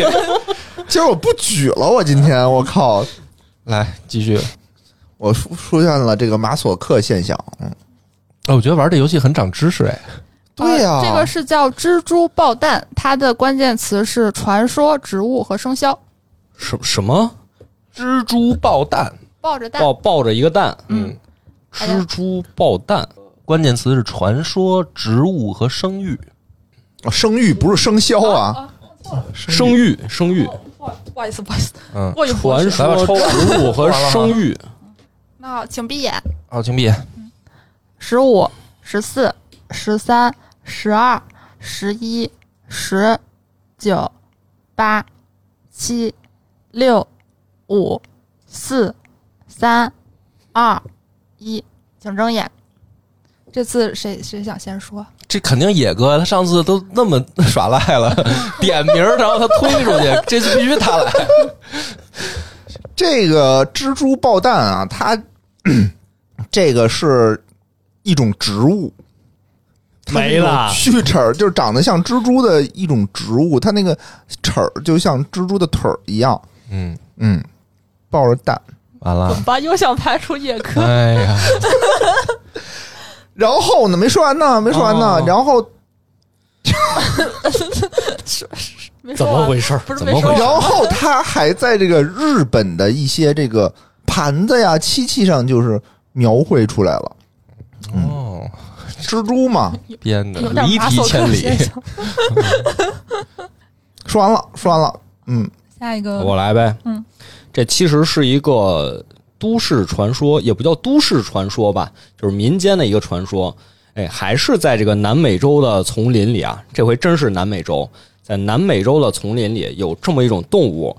S5: 今儿我不举了，我今天我靠，
S6: 来继续。
S5: 我出出现了这个马索克现象。嗯，
S6: 哦，我觉得玩这游戏很长知识哎。
S5: 对呀、
S4: 呃这个是叫蜘蛛爆蛋，它的关键词是传说、植物和生肖。
S3: 什什么
S6: 蜘蛛爆蛋，
S4: 抱着蛋，
S3: 抱抱着一个蛋，
S4: 嗯，哎呀
S3: 蜘蛛抱蛋，
S6: 关键词是传说、植物和生育。
S5: 哦生育不是生肖啊，
S3: 生育生育，
S4: 不好意思，不好意思，
S6: 嗯，
S4: 过于博
S3: 传
S4: 学。
S6: 来吧
S3: 说
S6: 抽
S3: 植物和生育。
S4: 那请闭眼。
S6: 好，哦请闭。
S4: 十五、十四、十三、十二、十一、十、九、八、七、六、五、四、三、二、一，请睁眼。这次谁谁想先说？
S3: 啊
S6: 这肯定野哥，他上次都那么耍赖了， 点名儿然后他推出 去，这次必须他来。
S5: 这个蜘蛛爆蛋啊，它这个是一种植物，它
S3: 没了
S5: 那种须齿儿就是长得像蜘蛛的一种植物，它那个齿儿就像蜘蛛的腿儿一样，
S6: 嗯，
S5: 嗯，抱着蛋。
S6: 完了，
S4: 吧，又想排除野科
S6: 哎呀，
S5: 然后呢，没说完呢，没说完呢，
S6: 哦
S5: 然后
S4: 没
S3: 怎
S4: 说
S3: 么
S4: 完
S3: 回事？
S4: 不是
S6: 怎
S4: 没
S6: 么
S4: 说完
S6: 回事
S5: 然后它还在这个日本的一些这个盘子呀、漆器上就是描绘出来了，嗯
S6: 哦，
S5: 蜘蛛嘛。
S6: 编的
S4: 有点
S6: 离
S4: 马
S6: 题
S4: 索克
S6: 千 里。
S4: 现象
S5: 说完了，说完了，嗯，
S4: 下一个
S3: 我来呗。
S4: 嗯，
S3: 这其实是一个都市传说，也不叫都市传说吧，就是民间的一个传说。哎，还是在这个南美洲的丛林里啊，这回真是南美洲，在南美洲的丛林里有这么一种动物，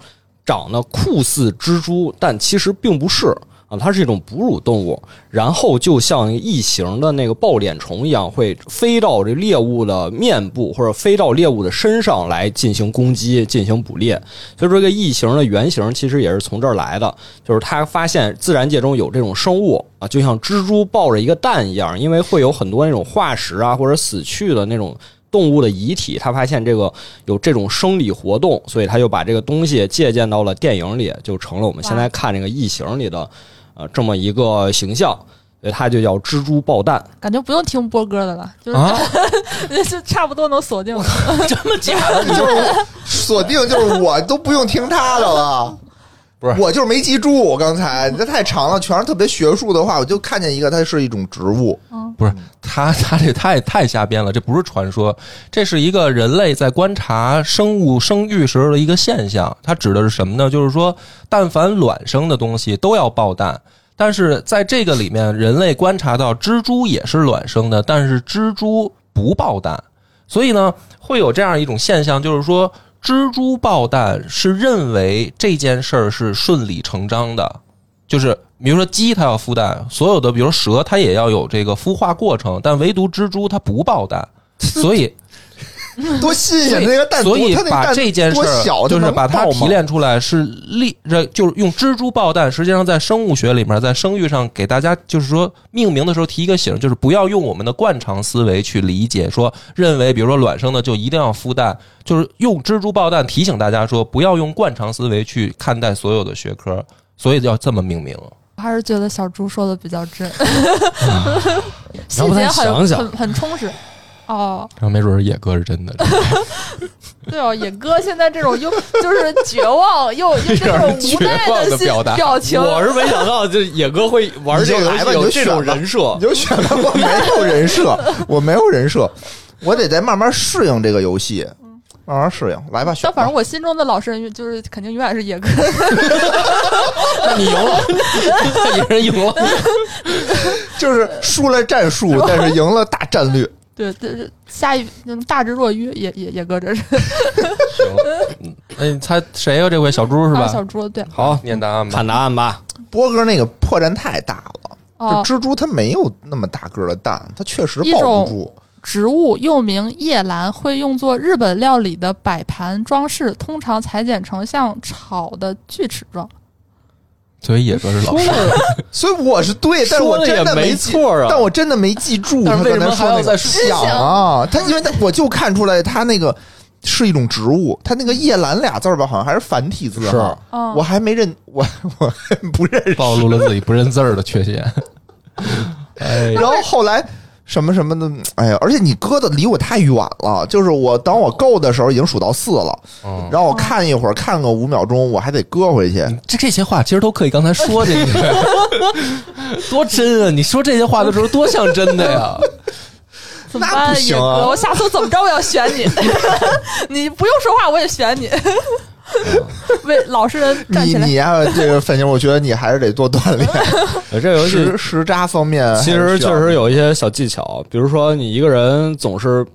S3: 长得酷似蜘蛛，但其实并不是啊，它是一种哺乳动物，然后就像异形的那个抱脸虫一样，会飞到这猎物的面部或者飞到猎物的身上来进行攻击、进行捕猎。所以说，这个异形的原型其实也是从这儿来的，就是他发现自然界中有这种生物啊，就像蜘蛛抱着一个蛋一样，因为会有很多那种化石啊或者死去的那种动物的遗体，他发现这个有这种生理活动，所以他就把这个东西借鉴到了电影里，就成了我们现在看这个异形里的呃这么一个形象。所以它就叫蜘蛛爆蛋，
S4: 感觉不用听波哥的了，就是、
S6: 啊
S4: 就差不多能锁定了。
S5: 就是我锁定，就是我都不用听他的了。
S6: 不是
S5: 我就是没记住。我刚才这太长了，全是特别学术的话，我就看见一个，它是一种植物。
S6: 不是他， 他这太太瞎编了，这不是传说，这是一个人类在观察生物生育时候的一个现象。它指的是什么呢？就是说，但凡卵生的东西都要爆蛋，但是在这个里面，人类观察到蜘蛛也是卵生的，但是蜘蛛不爆蛋，所以呢，会有这样一种现象，就是说。蜘蛛爆蛋是认为这件事儿是顺理成章的，就是比如说鸡它要孵蛋，所有的比如蛇它也要有这个孵化过程，但唯独蜘蛛它不爆蛋，所 以
S5: 多新鲜！
S6: 所以
S5: 哎那个蛋多，
S6: 所以
S5: 它那个
S6: 把
S5: 蛋
S6: 这件事
S5: 多小，
S6: 儿就是
S5: 能
S6: 把它
S5: 抱吗
S6: 提炼出来是立这就是用蜘蛛爆蛋，实际上在生物学里面，在生育上给大家就是说命名的时候提一个醒，就是不要用我们的惯常思维去理解，说认为比如说卵生的就一定要孵蛋，就是用蜘蛛爆蛋提醒大家说不要用惯常思维去看待所有的学科，所以要这么命名。
S4: 我还是觉得小猪说的比较真，细
S3: 要不
S4: 节
S3: 咱
S4: 很
S3: 想想
S4: 很很充实。哦，
S6: 然后没准儿野哥是真的，
S4: 对哦，野哥现在这种又就是绝望又又是这种无奈心
S6: 绝望的表达
S4: 表情，
S3: 我是没想到，这野哥会玩这个游
S5: 你就来吧
S3: 戏有
S5: 你就
S3: 这
S5: 选吧
S3: 种人设
S5: 你，就选吧，我没有人设，我没有人设，我得再慢慢适应这个游戏，慢慢适应。来吧，选
S4: 但
S5: 吧。
S4: 反正我心中的老师就是肯定永远是野哥。
S6: 那你赢 了，野人赢了。
S5: 就是输了战术，但是赢了大战略。
S4: 对，这是下一那种大智若愚，野野野哥这是
S6: 哎，你猜谁呀、这回小猪是
S4: 啊
S6: 吧？
S4: 小猪对
S6: 好，念答案吧。
S3: 看答案吧。
S5: 波哥那个破绽太大了，
S4: 哦，
S5: 这蜘蛛它没有那么大个儿的蛋，它确实
S4: 一
S5: 抱
S4: 种
S5: 不住。
S4: 植物又名叶兰，会用作日本料理的摆盘装饰，通常裁剪成像炒的锯齿状。
S6: 所以野哥是老师，
S5: 所以我是对，但是我真的
S3: 说了也没
S5: 记
S3: 错啊
S5: 但我真的没记住
S6: 但
S5: 他刚
S6: 是
S5: 才
S6: 为什么还
S5: 说那
S6: 要再
S5: 个
S6: 说
S5: 想啊，他因为他我就看出来他那个是一种植物，他那个叶兰俩字儿吧，好像还是繁体字哈。
S4: 嗯，
S5: 我还没认， 我我还不认识。
S6: 暴露了自己不认字儿的缺陷。
S5: 然后后来什么什么的，哎呀，而且你搁的离我太远了，就是我当我够的时候已经数到四了，
S6: 嗯，
S5: 然后我看一会儿，看个五秒钟，我还得搁回
S4: 嗯
S5: 去。
S6: 这这些话其实都可以刚才说进去， 多真啊！你说这些话的时候多像真的 呀！
S4: 怎么
S5: 那不，
S4: 办野
S5: 行啊
S4: 哥？我下次怎么着我要选你，你不用说话我也选你。为老实人站
S5: 你
S4: 起来，
S5: 你呀、这个范姐，我觉得你还是得多锻 炼。
S3: 呃这游戏
S5: 时时渣方面，
S3: 其实确实有一些小技巧，比如说你一个人总是，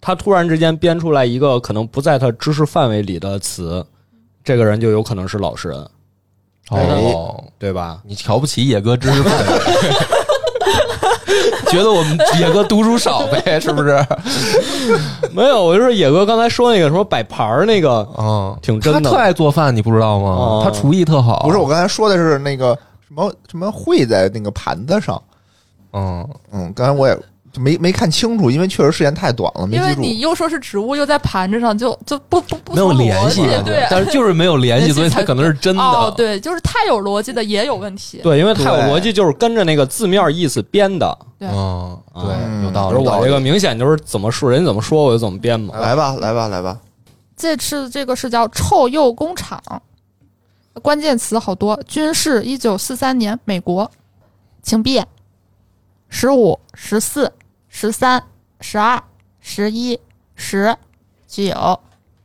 S3: 他突然之间编出来一个可能不在他知识范围里的词，这个人就有可能是老实人，
S6: 哦，
S3: 对吧？
S6: 你瞧不起野哥知识分子， 觉得我们野哥读书少呗？是不 是？
S3: 没有，我就说野哥刚才说那个什么摆盘儿那个
S6: 嗯，
S3: 挺
S6: 他
S3: 真
S6: 特
S3: 的，
S6: 爱做饭，你不知道吗？
S3: 哦
S6: 他厨艺特好。
S5: 不是，我，刚才说的是那个什么什么会在那个盘子上，
S6: 嗯，
S5: 嗯，刚才我也就没没看清楚，因为确实时间太短了，没
S4: 因为
S5: 记住。
S4: 你又说是植物，又在盘子上，就就不不不
S6: 没有
S4: 符合
S6: 联系
S4: 逻辑
S6: 啊，
S4: 对，
S6: 但是就是没有 联系，
S4: 人家
S6: 所以他可能是真的。
S4: 哦，对，就是太有逻辑的也有问题。
S3: 对，因为他有
S5: 对
S3: 逻辑，就是跟着那个字面意思编的。
S6: 嗯，
S5: 嗯
S6: 对，有道
S3: 比
S6: 理
S3: 如。我这
S5: 有道
S3: 个明显就是怎么说人怎么说我就怎么编嘛。
S5: 来吧，来吧，来吧，
S4: 这次这个是叫“臭鼬工厂”，关键词好多。军事，一九四三年，美国，请闭眼。十五、十四、十三、十二、十一、十、九、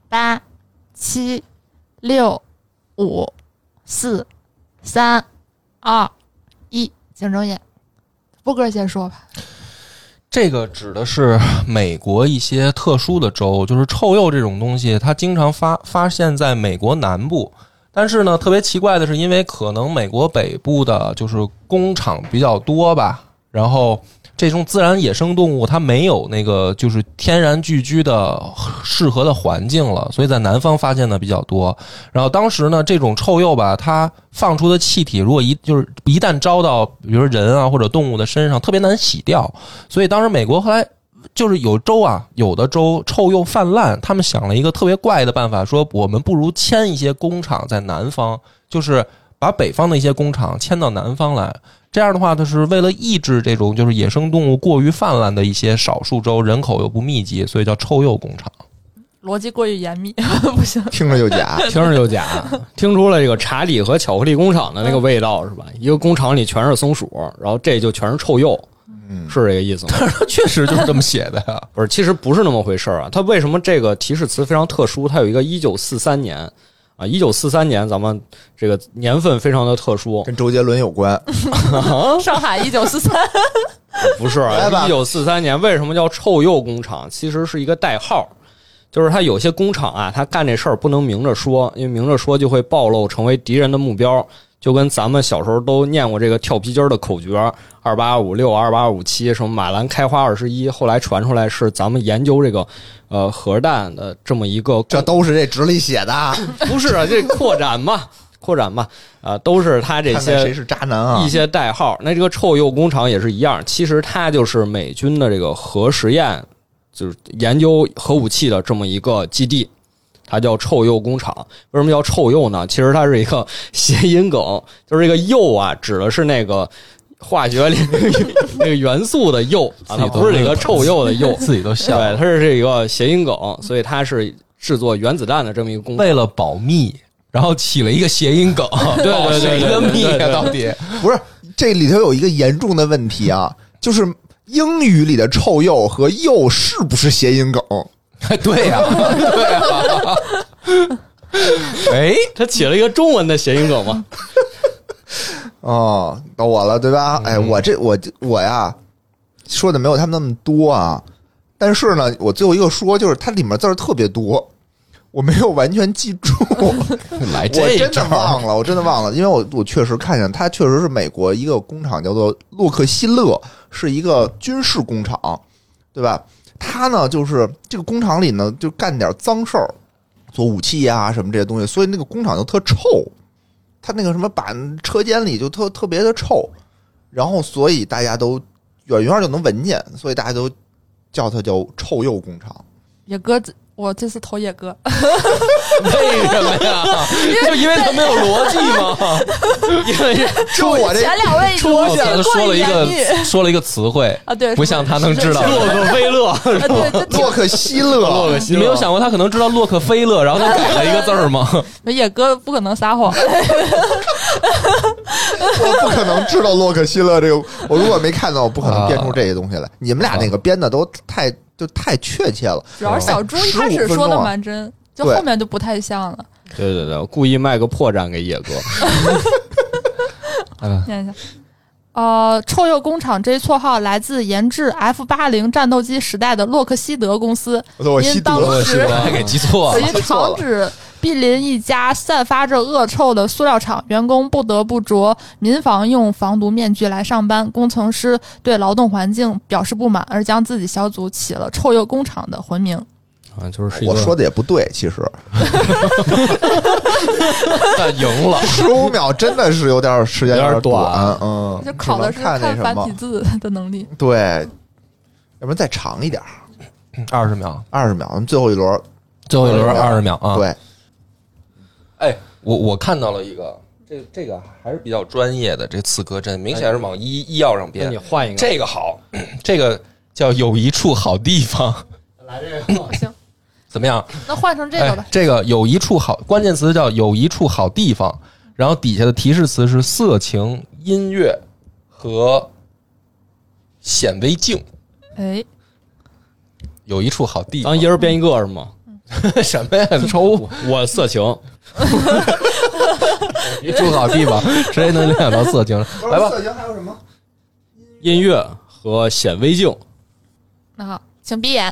S4: 八、七、六、五、四、三、二、一，请睁眼。波哥先说吧。
S6: 这个指的是美国一些特殊的州，就是臭鼬这种东西，它经常发发现在美国南部。但是呢，特别奇怪的是，因为可能美国北部的就是工厂比较多吧，然后这种自然野生动物它没有那个就是天然聚居的适合的环境了，所以在南方发现的比较多。然后当时呢，这种臭鼬吧，它放出的气体如果一就是一旦招到比如说人啊或者动物的身上，特别难洗掉。所以当时美国后来就是有州啊，有的州臭鼬泛滥，他们想了一个特别怪的办法，说我们不如迁一些工厂在南方，就是把北方的一些工厂迁到南方来。这样的话，它是为了抑制这种就是野生动物过于泛滥的一些少数州，人口又不密集，所以叫臭鼬工厂。
S4: 逻辑过于严密， 不行。
S5: 听着就 假。
S3: 听着就假，听出了这个茶里和巧克力工厂的那个味道是吧？一个工厂里全是松鼠，然后这就全是臭鼬，
S5: 嗯，
S3: 是这个意思吗？
S6: 但是它 确实就是这么写的呀。
S3: 不是，其实不是那么回事儿啊。它为什么这个提示词非常特殊？它有一个一九四三年啊，一九四三年咱们这个年份非常的特殊，
S5: 跟周杰伦有关。
S4: 上海一九四三，
S3: 不是
S5: 来吧
S3: 一九四三年为什么叫臭鼬工厂？其实是一个代号，就是它有些工厂啊，它干这事儿不能明着说，因为明着说就会暴露，成为敌人的目标。就跟咱们小时候都念过这个跳皮筋儿的口诀，二八五六、二八五七，什么马兰开花二十一，后来传出来是咱们研究这个呃核弹的这么一个
S5: 这都是这纸里写的，
S3: 不是啊，这扩展嘛，扩展嘛，啊、都是它这
S5: 看看谁
S3: 些
S5: 是渣男啊
S3: 一？些代号。那这个臭鼬工厂也是一样，其实它就是美军的这个核实验，就是研究核武器的这么一个基地。它叫臭鼬工厂，为什么叫臭鼬呢？其实它是一个谐音梗，就是这个铀啊，指的是那个化学里那个元素的铀啊，它不是那个臭鼬的铀，
S6: 自己都笑了。
S3: 对，它是这个谐音梗，所以它是制作原子弹的这么一个工厂。
S6: 为了保密，然后起了一个谐音梗，
S3: 对
S6: 保谁的密
S3: 对对
S6: 啊？
S3: 对
S6: 到底
S5: 不是，这里头有一个严重的问题啊，就是英语里的“臭鼬”和“鼬”是不是谐音梗？
S6: 对呀、对呀、 哎，
S3: 他起了一个中文的谐音梗嘛？
S5: 哦，到我了，对
S3: 嗯
S5: 吧？哎，我这我这我呀，说的没有他们那么多啊，但是呢，我最后一个说就是它里面字儿特别多，我没有完全记住，
S6: 来
S5: 我
S6: 这一
S5: 真
S6: 招
S5: 的
S6: 儿，
S5: 忘了，我真的忘了，因为我我确实看见它确实是美国一个工厂叫做洛克希勒，是一个军事工厂，对吧？它呢就是这个工厂里呢就干点脏事儿，做武器啊什么这些东西，所以那个工厂就特臭，它那个什么把车间里就特特别的臭，然后所以大家都远远就能闻见，所以大家都叫它叫臭鼬工厂。
S4: 野哥，我这次投野哥。
S6: 为什么呀？ 就因为他没有逻辑吗？
S3: 因 为
S5: 就我这
S4: 前两位
S6: 出现
S4: 了
S6: 了哦说了一个说了一个词 汇，
S4: 啊，对，
S6: 不像他能知道
S4: 是是
S3: 洛克菲勒，
S4: 是啊， 对，这
S5: 洛克希勒，
S3: 克
S6: 你没有想过他可能知道洛克菲勒，然后他改了一个字儿吗？
S4: 挺野哥不可能撒谎，
S5: 我不可能知道洛克希勒这个，我如果没看到，我不可能编出这些东西来。你们俩那个编的都太就太确切了，
S4: 主要是小猪一
S5: 15
S4: 开始说
S5: 分
S4: 的
S5: 钟啊
S4: 蛮真，就
S5: 对
S4: 后面就不太像了。
S3: 对对对，故意卖个破绽给野哥。
S4: 念一下，呃，臭鼬工厂这一绰号来自研制 F 八零战斗机时代的洛克希德公司，
S5: 我
S4: 因当
S6: 我
S4: 时
S6: 还给记错了。
S4: 因
S5: 记错了
S4: 防止毗邻一家散发着恶臭的塑料厂，员工不得不着民房用防毒面具来上班。工程师对劳动环境表示不满，而将自己小组起了“臭鼬工厂”的魂名。
S3: 啊，就是是一
S5: 我
S3: 个
S5: 说的也不对，其实
S6: 但赢了。
S5: 十五秒真的是有点儿时间
S3: 有点
S5: 点
S3: 儿短
S5: 短，嗯，
S4: 就考的
S5: 只
S4: 是
S5: 能看那
S4: 看
S5: 什
S4: 繁体
S5: 么，
S4: 字的能力。
S5: 对，要不然再长一点儿，
S6: 二十秒，
S5: 二十秒，咱们最后一轮儿，
S6: 最后一轮二十秒啊！，
S5: 对，
S6: 哎，我我看到了一个，这这个还是比较专业的，这刺客阵明显是往医医药上
S3: 那
S6: 编
S3: 你。换一个，
S6: 这个好， 这个叫有一处好地方，
S3: 来这个
S4: 行，
S6: 怎么样？
S4: 那换成这个吧
S6: 哎。。这个有一处好，关键词叫有一处好地方，然后底下的提示词是色情、音乐和显微镜。
S4: 哎，
S6: 有一处好地
S3: 咱
S6: 方
S3: 一，人编一个是吗？
S6: 什么呀？ 抽
S3: 我我色情，
S6: 一处好地方，谁能联想到色情？来吧，
S5: 色情还有什么？
S3: 音乐和显微镜，
S4: 那好，请闭眼。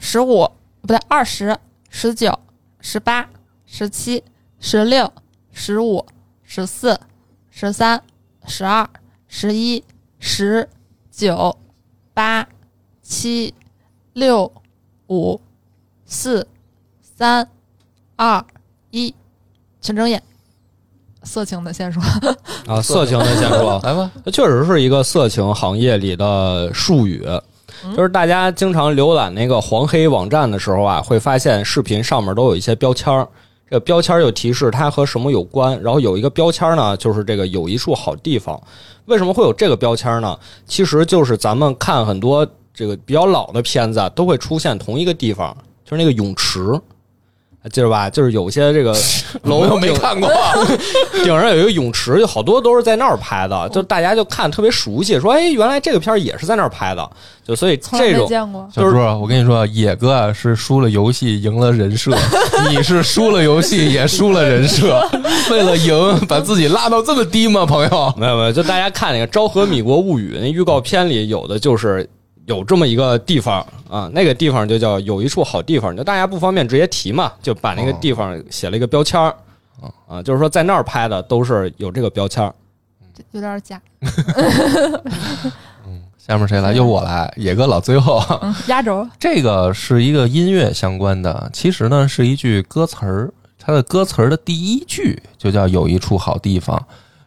S4: 十五不对，二十、十九、十八、十七、十六、十五、十四、十三、十二、十一、十九、八、七、六、五、四、三、二、一，请睁眼。色情的先说，
S3: 啊，色情的先说，
S6: 来吧，
S3: 它确实是一个色情行业里的术语。就是大家经常浏览那个黄黑网站的时候啊，会发现视频上面都有一些标签儿，这个呃标签儿有提示它和什么有关。然后有一个标签儿呢，就是这个有一处好地方。为什么会有这个标签儿呢？其实就是咱们看很多这个比较老的片子啊，都会出现同一个地方，就是那个泳池，记得吧？就是有些这 个楼
S6: 我又
S3: 顶
S6: 没看过，啊
S3: 顶上有一个泳池，有好多都是在那儿拍的，就大家就看特别熟悉，说哎，原来这个片儿也是在那儿拍的，就所以
S4: 从来
S3: 这
S4: 没
S3: 种
S4: 见过。
S6: 小
S3: 就是
S6: 朱，我跟你说，野哥啊是输了游戏赢了人 设，你是输了游戏也输了人设，为了赢把自己拉到这么低吗，朋友？
S3: 没有没有，就大家看那个《昭和米国物语》那预告片里有的就是有这么一个地方啊，那个地方就叫有一处好地方，就大家不方便直接提嘛，就把那个地方写了一个标签儿啊，就是说在那儿拍的都是有这个标签儿。
S4: 这有点假，
S6: 下面谁来？又我来，野哥老最后。
S4: 嗯，压轴，
S6: 这个是一个音乐相关的，其实呢是一句歌词儿，它的歌词儿的第一句就叫“有一处好地方”。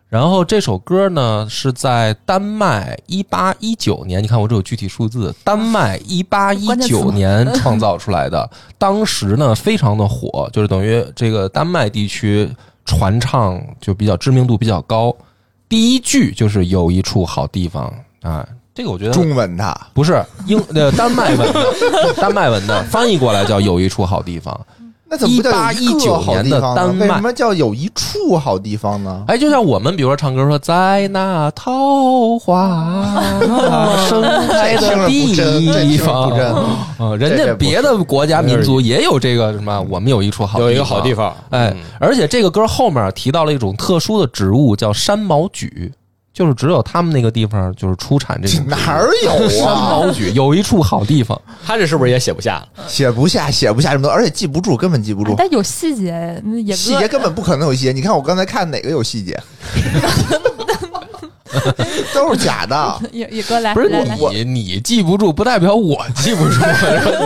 S6: 然后这首歌呢是在丹麦一八一九年，你看我这有具体数字，丹麦一八一
S4: 关键词
S6: 九年创造出来的，当时呢非常的火，就是等于这个丹麦地区传唱就比较知名度比较高。第一句就是有一处好地方啊，这个我觉得
S5: 中文它
S6: 不是英呃丹麦文 的，丹麦文的翻译过来叫有一处好地方。
S5: 那怎么不叫有一个
S6: 1819
S5: 好地方
S6: 年的丹
S5: 呢？
S6: 麦
S5: 为什么叫有一处好地方呢？
S6: 哎，就像我们比如说唱歌说在那 桃花盛开的地
S5: 这听
S6: 方
S5: 着不真这听着不真
S6: 啊，人家别的国家民族也有这个什么，我们有一处好
S3: 有一个好地。方，啊
S6: 哎，
S5: 嗯
S6: 而且这个歌后面提到了一种特殊的植物，叫山毛榉，就是只有他们那个地方就是出产这
S5: 这
S6: 种
S5: 哪儿有
S6: 山
S5: 啊？
S6: 毛榉，有一处好地方。
S3: 他这是不是也写不下了？
S5: 写不下，写不下这么多，而且记不住，根本记不
S4: 哎
S5: 住。
S4: 但有细节，那野哥
S5: 细节根本不可能有细节。你看我刚才看哪个有细节，都是假的。
S4: 野野哥来，
S6: 不是
S4: 哎来来
S6: 你，你记不住不代表我记不 住，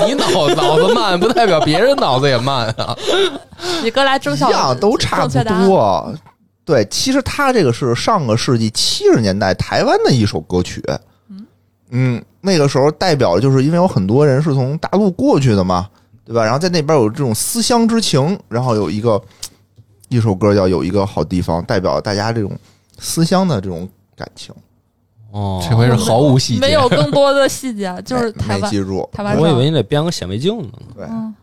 S6: 你脑脑子慢不代表别人脑子也慢啊。
S4: 野哥来争
S5: 一
S4: 小
S5: 样都差不
S4: 正确答
S5: 多。对，其实他这个是上个世纪七十年代台湾的一首歌曲。嗯，那个时候代表就是因为有很多人是从大陆过去的嘛，对吧？然后在那边有这种思乡之情，然后有一个一首歌叫《有一个好地方》，代表大家这种思乡的这种感情。
S3: 哦
S6: 这回是毫无细节，
S4: 没有更多的细节，就是
S5: 哎
S4: 台
S5: 没
S4: 湾
S5: 记住，哎
S4: 台湾
S3: 我以
S4: 上
S3: 为你得编个显微镜呢。
S5: 对。
S4: 嗯，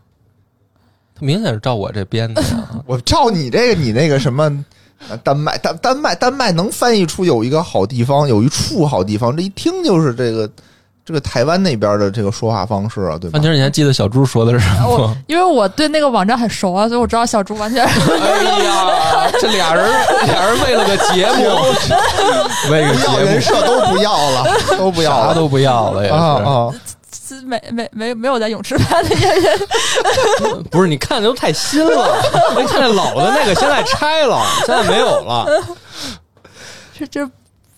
S6: 他明显是照我这编 的啊。
S5: 我照你这个，你那个什么，呃丹麦，丹丹麦，丹麦能翻译出有一个好地方，有一处好地方，这一听就是这个这个台湾那边的这个说话方式啊，对吧
S6: 范？儿，你还记得小猪说的是什么吗？
S4: 因为我对那个网站很熟啊，所以我知道小猪完全
S6: 哎呀，这俩人俩人为了个节目， 为个
S5: 不要人
S6: 节
S5: 设都不要了，都
S6: 目
S5: 不要
S6: 啥
S5: 了
S6: 都不要了
S5: 啊
S6: 也是。
S5: 啊！
S4: 没没没没有在泳池拍的 演员，
S3: 不是，你看的都太新了， 你看那老的那个现在拆了，现在没有了。
S4: 这这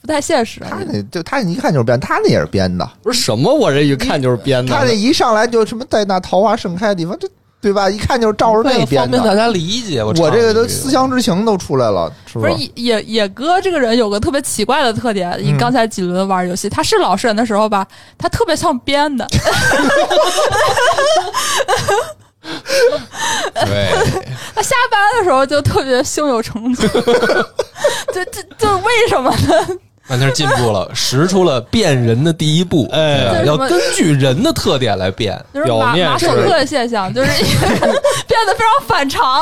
S4: 不太现实啊。
S5: 他那就他一看就是编，他那也是编的，
S3: 不是什么，我这一看就是
S6: 嗯
S3: 编
S5: 他那
S3: 的。
S5: 一上来就什么在那桃花盛开的地方，这对吧？一看就是照着
S6: 为
S5: 那
S6: 了方
S5: 编
S6: 便
S5: 的。
S6: 大家理解，我
S5: 我
S6: 我
S5: 这个都思乡之情都出来了，是
S4: 不
S5: 吧
S4: 是？野野野哥这个人有个特别奇怪的特点，你刚才几轮玩游戏，他是老实人的时候吧，他特别像 编的，
S6: 对，
S4: 他下班的时候就特别胸有成竹， 这这这为什么呢？
S6: 那就是进步了，识出了辨人的第一步。
S3: 哎
S6: 对要根据人的特点来辨。
S4: 就是
S3: 表
S4: 马
S3: 面
S4: 马
S3: 是
S4: 索克现象，就是 一个人变得非常反常。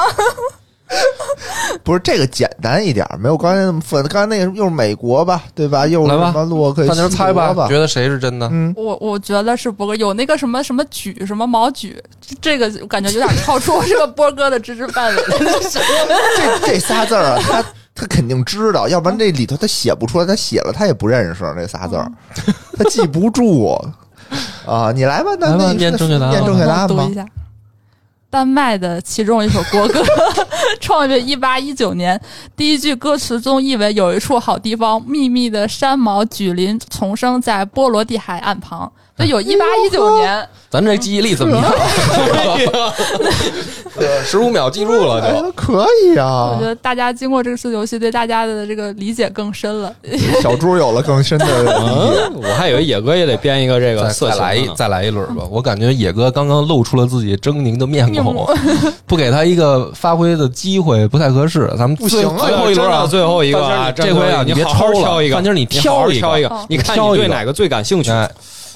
S5: 不是这个简单一点，没有刚才那么复杂。刚才那个又是美国吧，对吧？又是
S6: 来吧
S5: 什么洛克
S6: 范宁
S5: 希
S6: 猜
S5: 德
S6: 吧，觉得谁是真的？
S5: 嗯，
S4: 我我觉得是博哥有那个什么什么举什么毛举，这个我感觉有点超出这个波哥的知识范 围。
S5: 这这仨字儿啊， 他他肯定知道，要不然这里头他写不出来，他写了他也不认识这仨字儿，
S6: 嗯
S5: 他记不住啊。你来吧，那
S6: 来吧
S5: 那你
S6: 念正确答案
S5: 念正确答
S4: 我
S5: 案
S4: 读
S5: 吧
S4: 一。下。丹麦的其中一首国歌，创于一八一九年，第一句歌词中意为“有一处好地方，密密的山毛榉林丛生在波罗的海岸旁”，就有一八一九年。
S6: 咱这记忆力怎 么样？十五秒记住了
S5: 哎
S6: 就。
S5: 呀，可以啊
S4: 我觉！得大家经过这次游戏，对大家的这个理解更深了。
S5: 小猪有了更深的理解。
S3: 嗯，我还以为野哥也得编一个这个
S6: 再
S3: 色
S6: 再
S3: 情
S6: 来
S3: 的
S6: 一
S3: 呢
S6: 再来一轮吧，我感觉野哥刚刚露出了自己狰狞的面
S4: 面
S6: 孔
S4: 目，
S6: 不给他一个发挥的机会不太合适。咱们
S5: 不
S6: 最
S5: 行啊
S6: 最后一轮
S3: 真
S6: 啊
S3: 的，最后一个啊，
S6: 范姐
S3: 真的
S6: 这回啊
S3: 你
S6: 你别
S3: 好好
S6: 抽了
S3: 挑一个，
S6: 范姐你
S3: 好好
S6: 挑一个
S3: 挑一个
S4: 哦，
S3: 你看
S6: 挑
S3: 你
S6: 一
S3: 对
S6: 个
S3: 哪个最感兴趣？
S6: 哎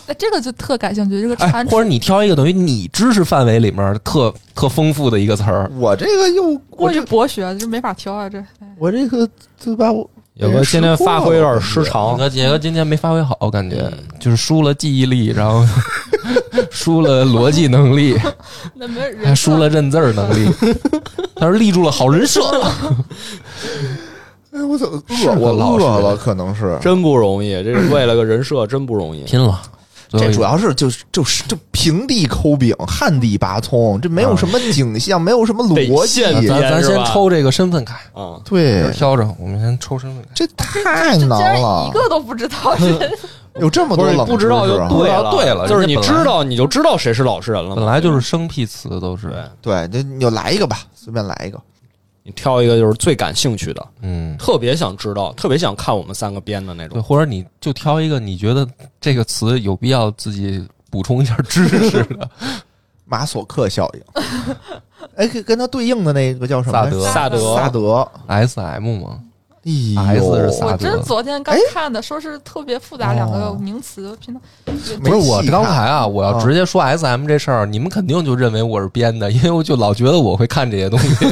S4: 哎，这个就特感兴趣，这个
S6: 哎，
S4: 传
S6: 或者你挑一个等于你知识范围里面特特丰富的一个词儿，
S5: 我这个又
S4: 过
S5: 我
S4: 于
S5: 这
S4: 博学，这没法挑啊。这
S5: 我这个对吧？我哎
S3: 野哥今天发挥有点失
S6: 野
S3: 常，
S6: 哥，野哥今天没发挥好，我感觉嗯就是输了记忆力，然后 输了逻辑能力，
S4: 那没人
S6: 还哎输了认字儿能力。他是立住了好人设，
S5: 哎，我怎么
S6: 是
S5: 饿？
S6: 个
S5: 我
S6: 老
S5: 饿
S6: 实
S5: 了，
S6: 人
S5: 可能是
S3: 真不容易，这是为了个人设真不容易。
S6: 拼了。最后
S5: 这
S6: 一
S5: 主要是就是就是就平地抠饼，旱地拔葱，这没有什么景象，没有什么逻辑。
S3: 得现
S6: 咱咱
S3: 是
S6: 先
S3: 吧
S6: 抽这个身份卡，
S3: 啊，
S5: 对，
S6: 挑着，我们先抽身份卡。
S5: 这太
S4: 这
S5: 难
S4: 竟然
S5: 了
S4: 一，个都不知道，这
S5: 有这么
S3: 不
S5: 多
S3: 是
S5: 冷
S3: 不知道
S5: 知
S3: 就
S5: 识啊
S6: 对了
S3: 对就是你
S6: 人家
S3: 知
S6: 本来
S3: 道你就知道谁是老实人了
S6: 本
S3: 嘛。
S6: 来就是生僻词，都是嗯
S3: 对，
S5: 对，那你就来一个吧，随便来一个。
S3: 你挑一个就是最感兴趣的，
S6: 嗯，
S3: 特别想知道，特别想看我们三个编的那
S6: 对，
S3: 种。
S6: 或者你就挑一个你觉得这个词有必要自己补充一下知识 的。
S5: 马索克效应，哎，跟跟它对应的那个叫什么来着？
S3: 萨德
S5: 萨德，
S6: S M 嘛，
S5: 哎
S6: S 是
S5: 呦，
S6: 萨
S4: 我
S6: 德
S4: 真昨天刚
S5: 哎
S4: 看的，说是特别复杂两个
S5: 哦
S4: 名词拼到
S6: 不是我
S5: 没细看
S6: 刚才啊，我要直接说 S M 这事儿，你们肯定就认为我是编的，因为我就老觉得我会看这些东西，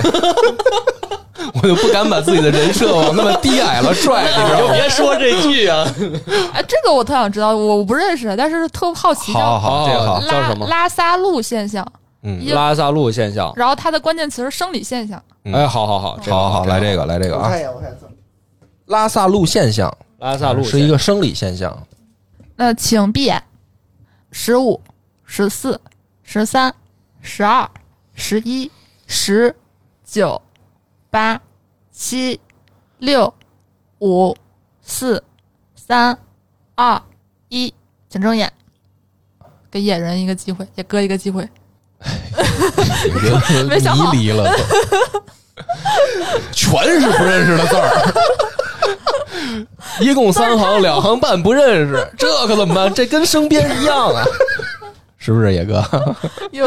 S6: 我就不敢把自己的人设往那么低矮了拽，你知道
S3: 就
S6: 吗？
S3: 别说这句啊！
S4: 哎，这个我特想知道，我我不认识，但是特好奇
S6: 好
S4: 叫
S6: 哦好，这个好，
S3: 叫
S4: 拉
S3: 什么
S4: 拉萨路现象，
S6: 嗯
S4: 也
S3: 拉萨路现象。
S4: 然后它的关键词是生理现象，
S6: 嗯
S3: 哎，好好好，这个
S6: 好好来
S3: 个
S6: 这个来这个
S5: 我
S6: 啊
S5: 看，一眼，我看一眼。
S6: 拉萨路现象
S3: 拉萨路
S6: 是一个生理现象，
S4: 那请闭眼，十五、十四、十三、十二、十一、十、九、八、七、六、五、四、三、二、一，请睁眼，给野人一个机会，野哥一个机会。没想好
S6: 迷离了都， 全是不认识的字儿。 一共三行，两行半不认识，这可怎么办？这跟生编一样啊，是不是野哥？
S4: 有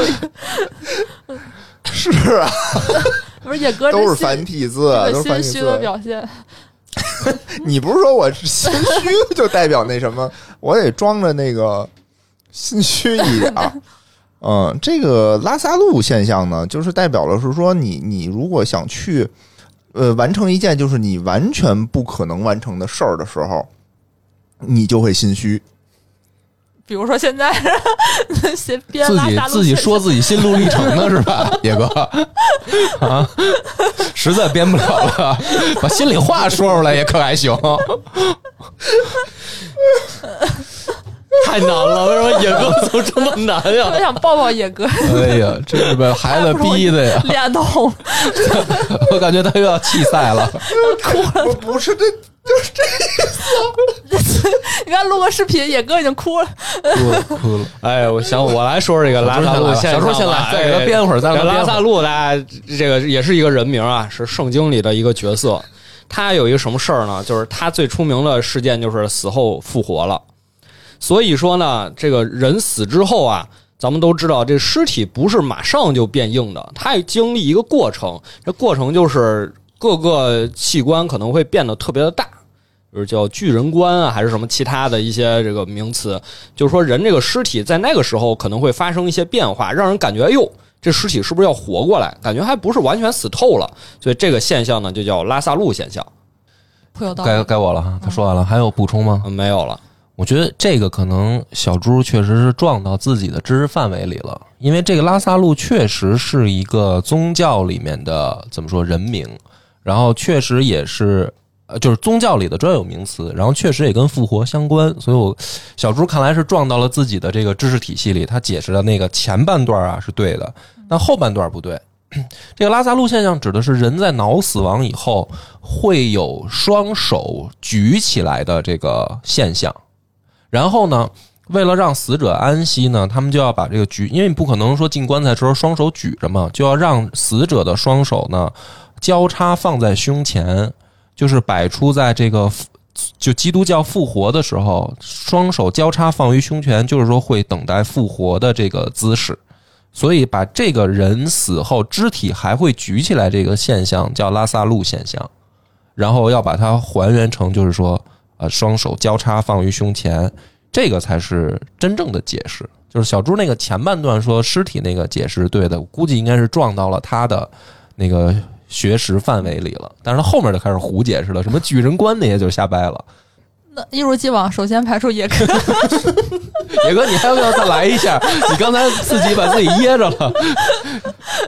S5: 是啊，
S4: 不是野哥
S5: 都
S4: 这
S5: 是
S4: 心
S5: 繁体字，
S4: 这
S5: 都
S4: 个
S5: 是繁
S4: 心
S5: 体
S4: 虚的
S5: 字。
S4: 表现，
S5: 你不是说我是心虚就代表那什么？我得装着那个心虚一点儿。嗯，这个拉萨路现象呢，就是代表了是说你你如果想去呃完成一件就是你完全不可能完成的事儿的时候，你就会心虚。
S4: 比如说现在 写编
S6: 自
S4: 拉
S6: 己
S4: 萨路
S6: 自己
S4: 现象
S6: 说自己心路历程呢是 吧，野哥？啊，实在编不了了，把心里 话说出来也可还行。
S3: 太难了，为什么野哥怎么这么难呀
S4: 特别？想抱抱野哥，
S6: 哎呀，这是把孩子逼的呀，
S4: 脸都红。
S6: 我感觉他又要弃赛了。
S5: 不不是这
S4: 你看录个视频，野哥已经哭了。
S6: 哭了，
S3: 哎，我想我来说说这个拉萨路现象吧，
S6: 小时候先来，再给他
S3: 哎
S6: 编会儿，再给
S3: 这
S6: 他
S3: 拉
S6: 编会
S3: 萨
S6: 儿。
S3: 路，大家这个也是一个人名啊，是圣经里的一个角色。他有一个什么事儿呢？就是他最出名的事件就是死后复活了。所以说呢，这个人死之后啊，咱们都知道，这尸体不是马上就变硬的，它也经历一个过程。这过程就是各个器官可能会变得特别的大，就是叫巨人观啊，还是什么其他的一些这个名词。就是说，人这个尸体在那个时候可能会发生一些变化，让人感觉，哎呦，这尸体是不是要活过来？感觉还不是完全死透了。所以这个现象呢，就叫拉萨路现象。
S4: 颇有道理
S6: 该，该我了哈，他说完了，还有补充吗？
S3: 嗯，没有了。
S6: 我觉得这个可能小猪确实是撞到自己的知识范围里了，因为这个拉萨路确实是一个宗教里面的怎么说人名，然后确实也是呃就是宗教里的专有名词，然后确实也跟复活相关，所以我小猪看来是撞到了自己的这个知识体系里，他解释的那个前半段啊是对的，但后半段不对。 这个拉萨路现象指的是人在脑死亡以后会有双手举起来的这个现象。然后呢，为了让死者安息呢，他们就要把这个举，因为你不可能说进棺材的时候双手举着嘛，就要让死者的双手呢交叉放在胸前，就是摆出在这个复就基督教复活的时候，双手交叉放于胸前，就是说会等待复活的这个姿势。所以，把这个人死后肢体还会举起来这个现象叫拉萨路现象，然后要把它还原成就是说，呃，双手交叉放于胸前，这个才是真正的解释。就是小猪那个前半段说尸体那个解释是对的，我估计应该是撞到了他的那个学识范围里了，但是他后面就开始胡解释了，什么巨人观那些就瞎掰了。
S4: 那一如既往，首先排除野哥。
S6: 野哥，你还要不要再来一下？你刚才自己把自己噎着了。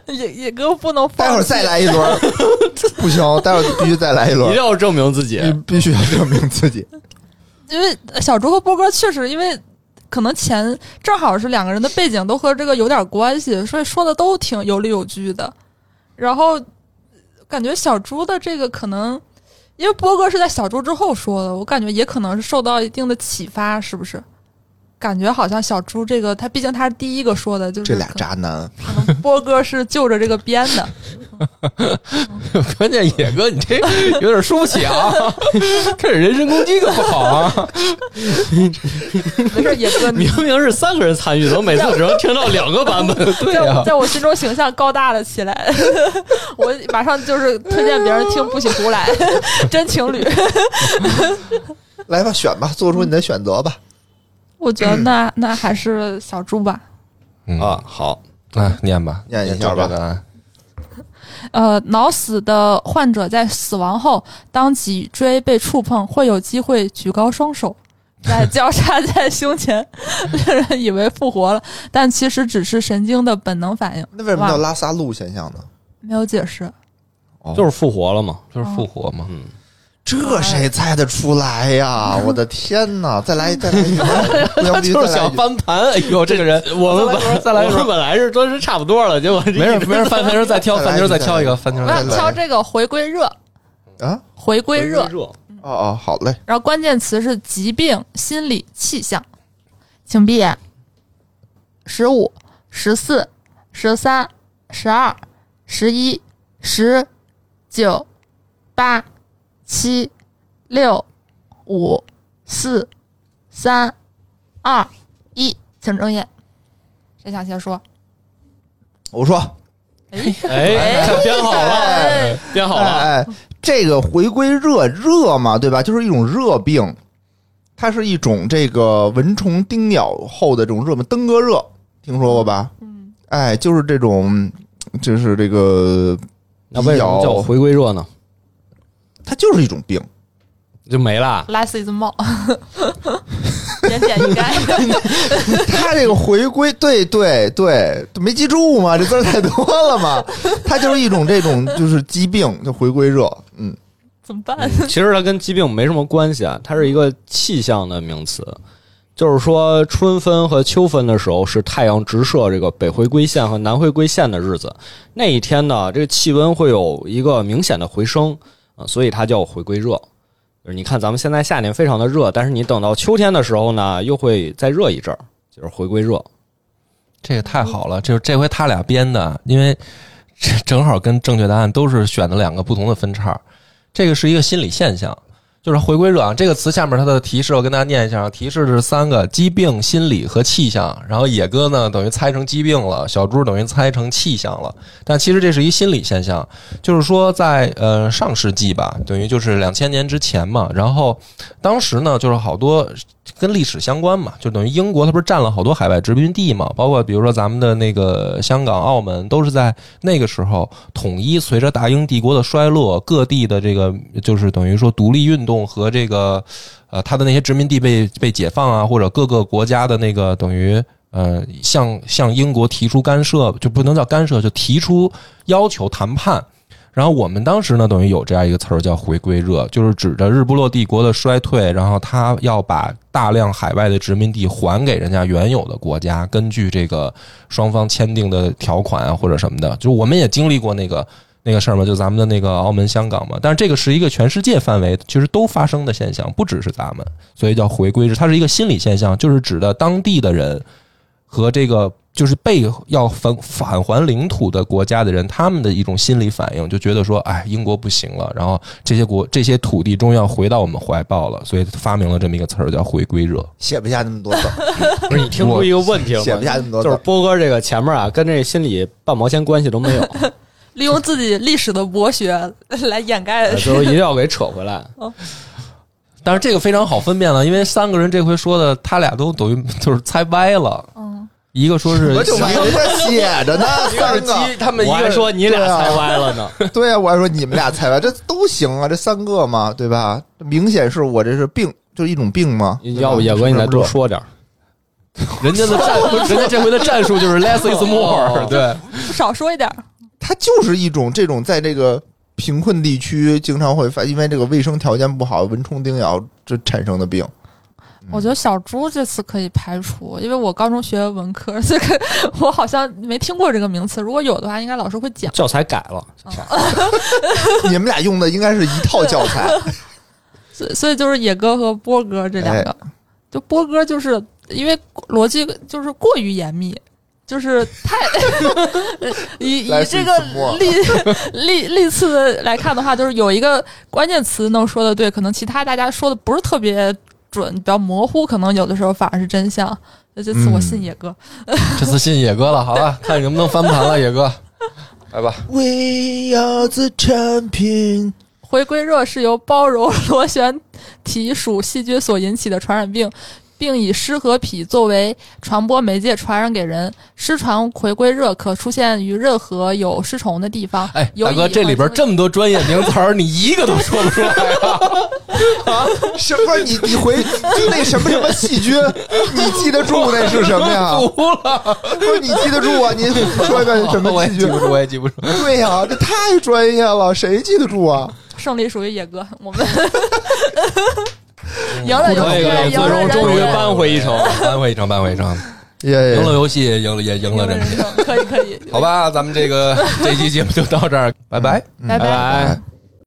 S4: 野野哥不能放弃
S5: 待会儿再，来一轮儿，不行，待会儿必须再来一
S3: 一
S5: 轮
S3: 定
S5: 儿，
S3: 要证明自己。
S5: 必必须要证明自己。
S4: 因为小猪和波哥确实因为。可能前正好是两个人的背景都和这个有点关系，所以说的都挺有理有据的。然后感觉小猪的这个可能，因为波哥是在小猪之后说的，我感觉也可能是受到一定的启发，是不是？感觉好像小猪这个，他毕竟他是第一个说的，就是
S5: 这俩
S4: 可
S5: 渣男，
S4: 可能波哥是就着这个编的。
S6: 关键野哥，你这有点输不起啊，开始人身攻击可不好啊。
S4: 没事，野 哥，你
S3: 明明是三个人参与的，我每次只能听到两个版 本。
S6: 对
S4: 在
S5: 啊
S6: 呀、
S4: 我在我心中形象高大了起来， 我马上就是推荐别人听《不许胡来》， 真情侣。
S5: 来吧，选吧，做出你的选择吧。
S4: 我觉得
S5: 嗯
S4: 那那还是小猪吧。
S6: 嗯
S3: 啊，好，
S6: 来哎念吧，
S5: 念一下吧
S6: 念这个啊
S4: 呃，脑死的患者在死亡后，当脊椎被触碰，会有机会举高双手，再交叉在胸前， 令人以为复活了，但其实只是神经的本能反应。
S5: 那为什么叫
S4: 哇
S5: 拉萨路现象呢？
S4: 没有解释。
S3: 就是复活 了嘛。
S6: 就是复活嘛。
S5: 这谁猜得出来呀？我的天哪！再来，再来一轮，不行，必须再来一轮。
S6: 翻盘，哎呦，这个人，
S3: 我们
S6: 再来
S3: 本
S6: 一轮再来一
S3: 我
S6: 轮
S3: 们本来是说是差不多了，结果这
S5: 嗯
S6: 没事没事，翻翻球再挑，
S5: 再来
S6: 翻球再
S5: 再来
S6: 挑一
S5: 一
S6: 个，
S5: 个
S6: 翻球
S4: 我
S6: 再挑
S4: 想
S6: 一个。
S4: 挑这个回归热，
S5: 啊！
S4: 回归热。
S3: 热，
S5: 哦哦，好嘞，
S4: 然后关键词是疾病、心理、气象，请闭眼。十五、十四、十三、十二、十一、十、九、八、七、六、五、四、三、二、一，请睁眼。谁想先说？
S5: 我说，
S3: 哎，看编好了，
S4: 哎
S3: 编好了。
S5: 哎，哎这个回归热热嘛，对吧？就是一种热病，它是一种这个蚊虫叮咬后的这种热病，登革热，听说过吧？
S4: 嗯，
S5: 哎，就是这种，就是这个，
S3: 那为什么叫回归热呢？
S5: 它就是一种病。
S3: 就没了。
S4: less 哎 is more，言简意赅。
S5: 它这个回归，对对对，没记住嘛，这字儿太多了嘛。它就是一种这种就是疾病，就回归热。嗯，
S4: 怎么办？
S3: 其实它跟疾病没什么关系啊，它是一个气象的名词，就是说春分和秋分的时候是太阳直射这个北回归线和南回归线的日子，那一天呢，这个气温会有一个明显的回升啊，所以它叫回归热。就是你看咱们现在夏天非常的热，但是你等到秋天的时候呢，又会再热一阵儿，就是回归热。
S6: 这也太好了，就是这回他俩编的，因为这正好跟正确答案都是选的两个不同的分叉。这个是一个心理现象，就是回归热啊这个词下面它的提示我跟大家念一下啊，提示是三个疾病、心理和气象。然后野哥呢等于猜成疾病了，小猪等于猜成气象了。但其实这是一心理现象，就是说在呃上世纪吧，等于就是两千年之前嘛。然后当时呢就是好多跟历史相关嘛，就等于英国它不是占了好多海外殖民地嘛，包括比如说咱们的那个香港、澳门，都是在那个时候统一。随着大英帝国的衰落，各地的这个就是等于说独立运动和这个呃它的那些殖民地被被解放啊，或者各个国家的那个等于呃向向英国提出干涉，就不能叫干涉，就提出要求谈判。然后我们当时呢，等于有这样一个词儿叫“回归热”，就是指着日不落帝国的衰退，然后他要把大量海外的殖民地还给人家原有的国家，根据这个双方签订的条款啊或者什么的，就我们也经历过那个那个事儿嘛，就咱们的那个澳门、香港嘛。但是这个是一个全世界范围其实都发生的现象，不只是咱们，所以叫回归日，它是一个心理现象，就是指的当地的人和这个就是被要返返还领土的国家的人，他们的一种心理反应，就觉得说，哎，英国不行了，然后这些国这些土地终于要回到我们怀抱了，所以发明了这么一个词儿叫“回归热
S5: 写不下那么多字儿，
S3: 不是你听出一个问题 了
S5: 写不
S3: 吗？
S5: 下那么多字
S3: 就是
S5: 儿。
S3: 波哥这个前面啊，跟这心理半毛钱关系都没 有，
S4: 利用自己历史的博学来掩盖
S3: 最后一定要给扯回来。”。
S6: 但是这个非常好分辨了，因为三个人这回说的，他俩都等于就是猜歪了。
S4: 嗯，
S6: 一个说是
S5: 我就没人家写着呢，三个。
S6: 他
S3: 我还说你俩
S5: 对啊
S3: 猜歪了呢，
S5: 对啊，我还说你们俩猜吧，这都行啊，这三个嘛，对吧？这明显是我这是病，就是一种病嘛。对吧
S3: 要不野哥你再多，说点儿。
S6: 人家的战，人家这回的战术就是 less is
S3: 哦
S6: more，对，
S4: 少说一点儿。
S5: 它就是一种这种在这个贫困地区经常会发，因为这个卫生条件不好，蚊虫叮咬这产生的病。
S4: 我觉得小猪这次可以排除，因为我高中学文科， 这个我好像没听过这个名词。如果有的话，应该老师会讲。
S3: 教材改了，
S5: 你们俩用的应该是一套教材，
S4: 所以所以就是野哥和波哥这两个，就波哥就是因为逻辑就是过于严密，就是太以以
S5: 来自
S4: 这
S5: 于
S4: 个
S5: 自摸
S4: 历历历次的来看的话，就是有一个关键词能说的对，可能其他大家说的不是特别准，比较模糊，可能有的时候反而是真相。那这次我信野哥，
S6: 这次信野哥了，好吧，看能不能翻盘了，野哥，来吧。
S5: We are the champion。
S4: 回归热是由包揉螺旋体属细菌所引起的传染病，并以湿和痞作为传播媒介传染给人。湿传回归热可出现于任何有湿虫的地方。
S6: 哎，
S4: 有
S6: 大哥，
S4: 乙
S6: 这里边
S4: 环境
S6: 这么多专业名词儿，你一个都说不出来啊！
S5: 什么？你你回就那什么什么细 菌，你记得住那是什么呀？
S6: 服了，
S5: 不是你记得住啊？你说一遍什么
S6: 我也
S5: 细
S6: 记
S5: 菌
S6: 不？住，我也记不住。
S5: 对呀、这太专业了，谁记得住啊？
S4: 胜利属于野哥，我们 赢了游
S6: 哎
S3: 可以可以，
S4: 戏，赢
S3: 最
S4: 了
S3: 终
S4: 哎人
S3: 终于
S4: 生
S3: 扳回一城。
S6: 扳回一城，扳回一城，
S5: 耶耶
S6: 赢了游戏，也赢了也赢了
S4: 赢了
S6: 人
S4: 人
S6: 品。
S4: 生，可以可以，
S6: 好吧，咱们这个这期节目就到这儿，拜拜。
S4: 拜
S5: 哎
S3: 拜。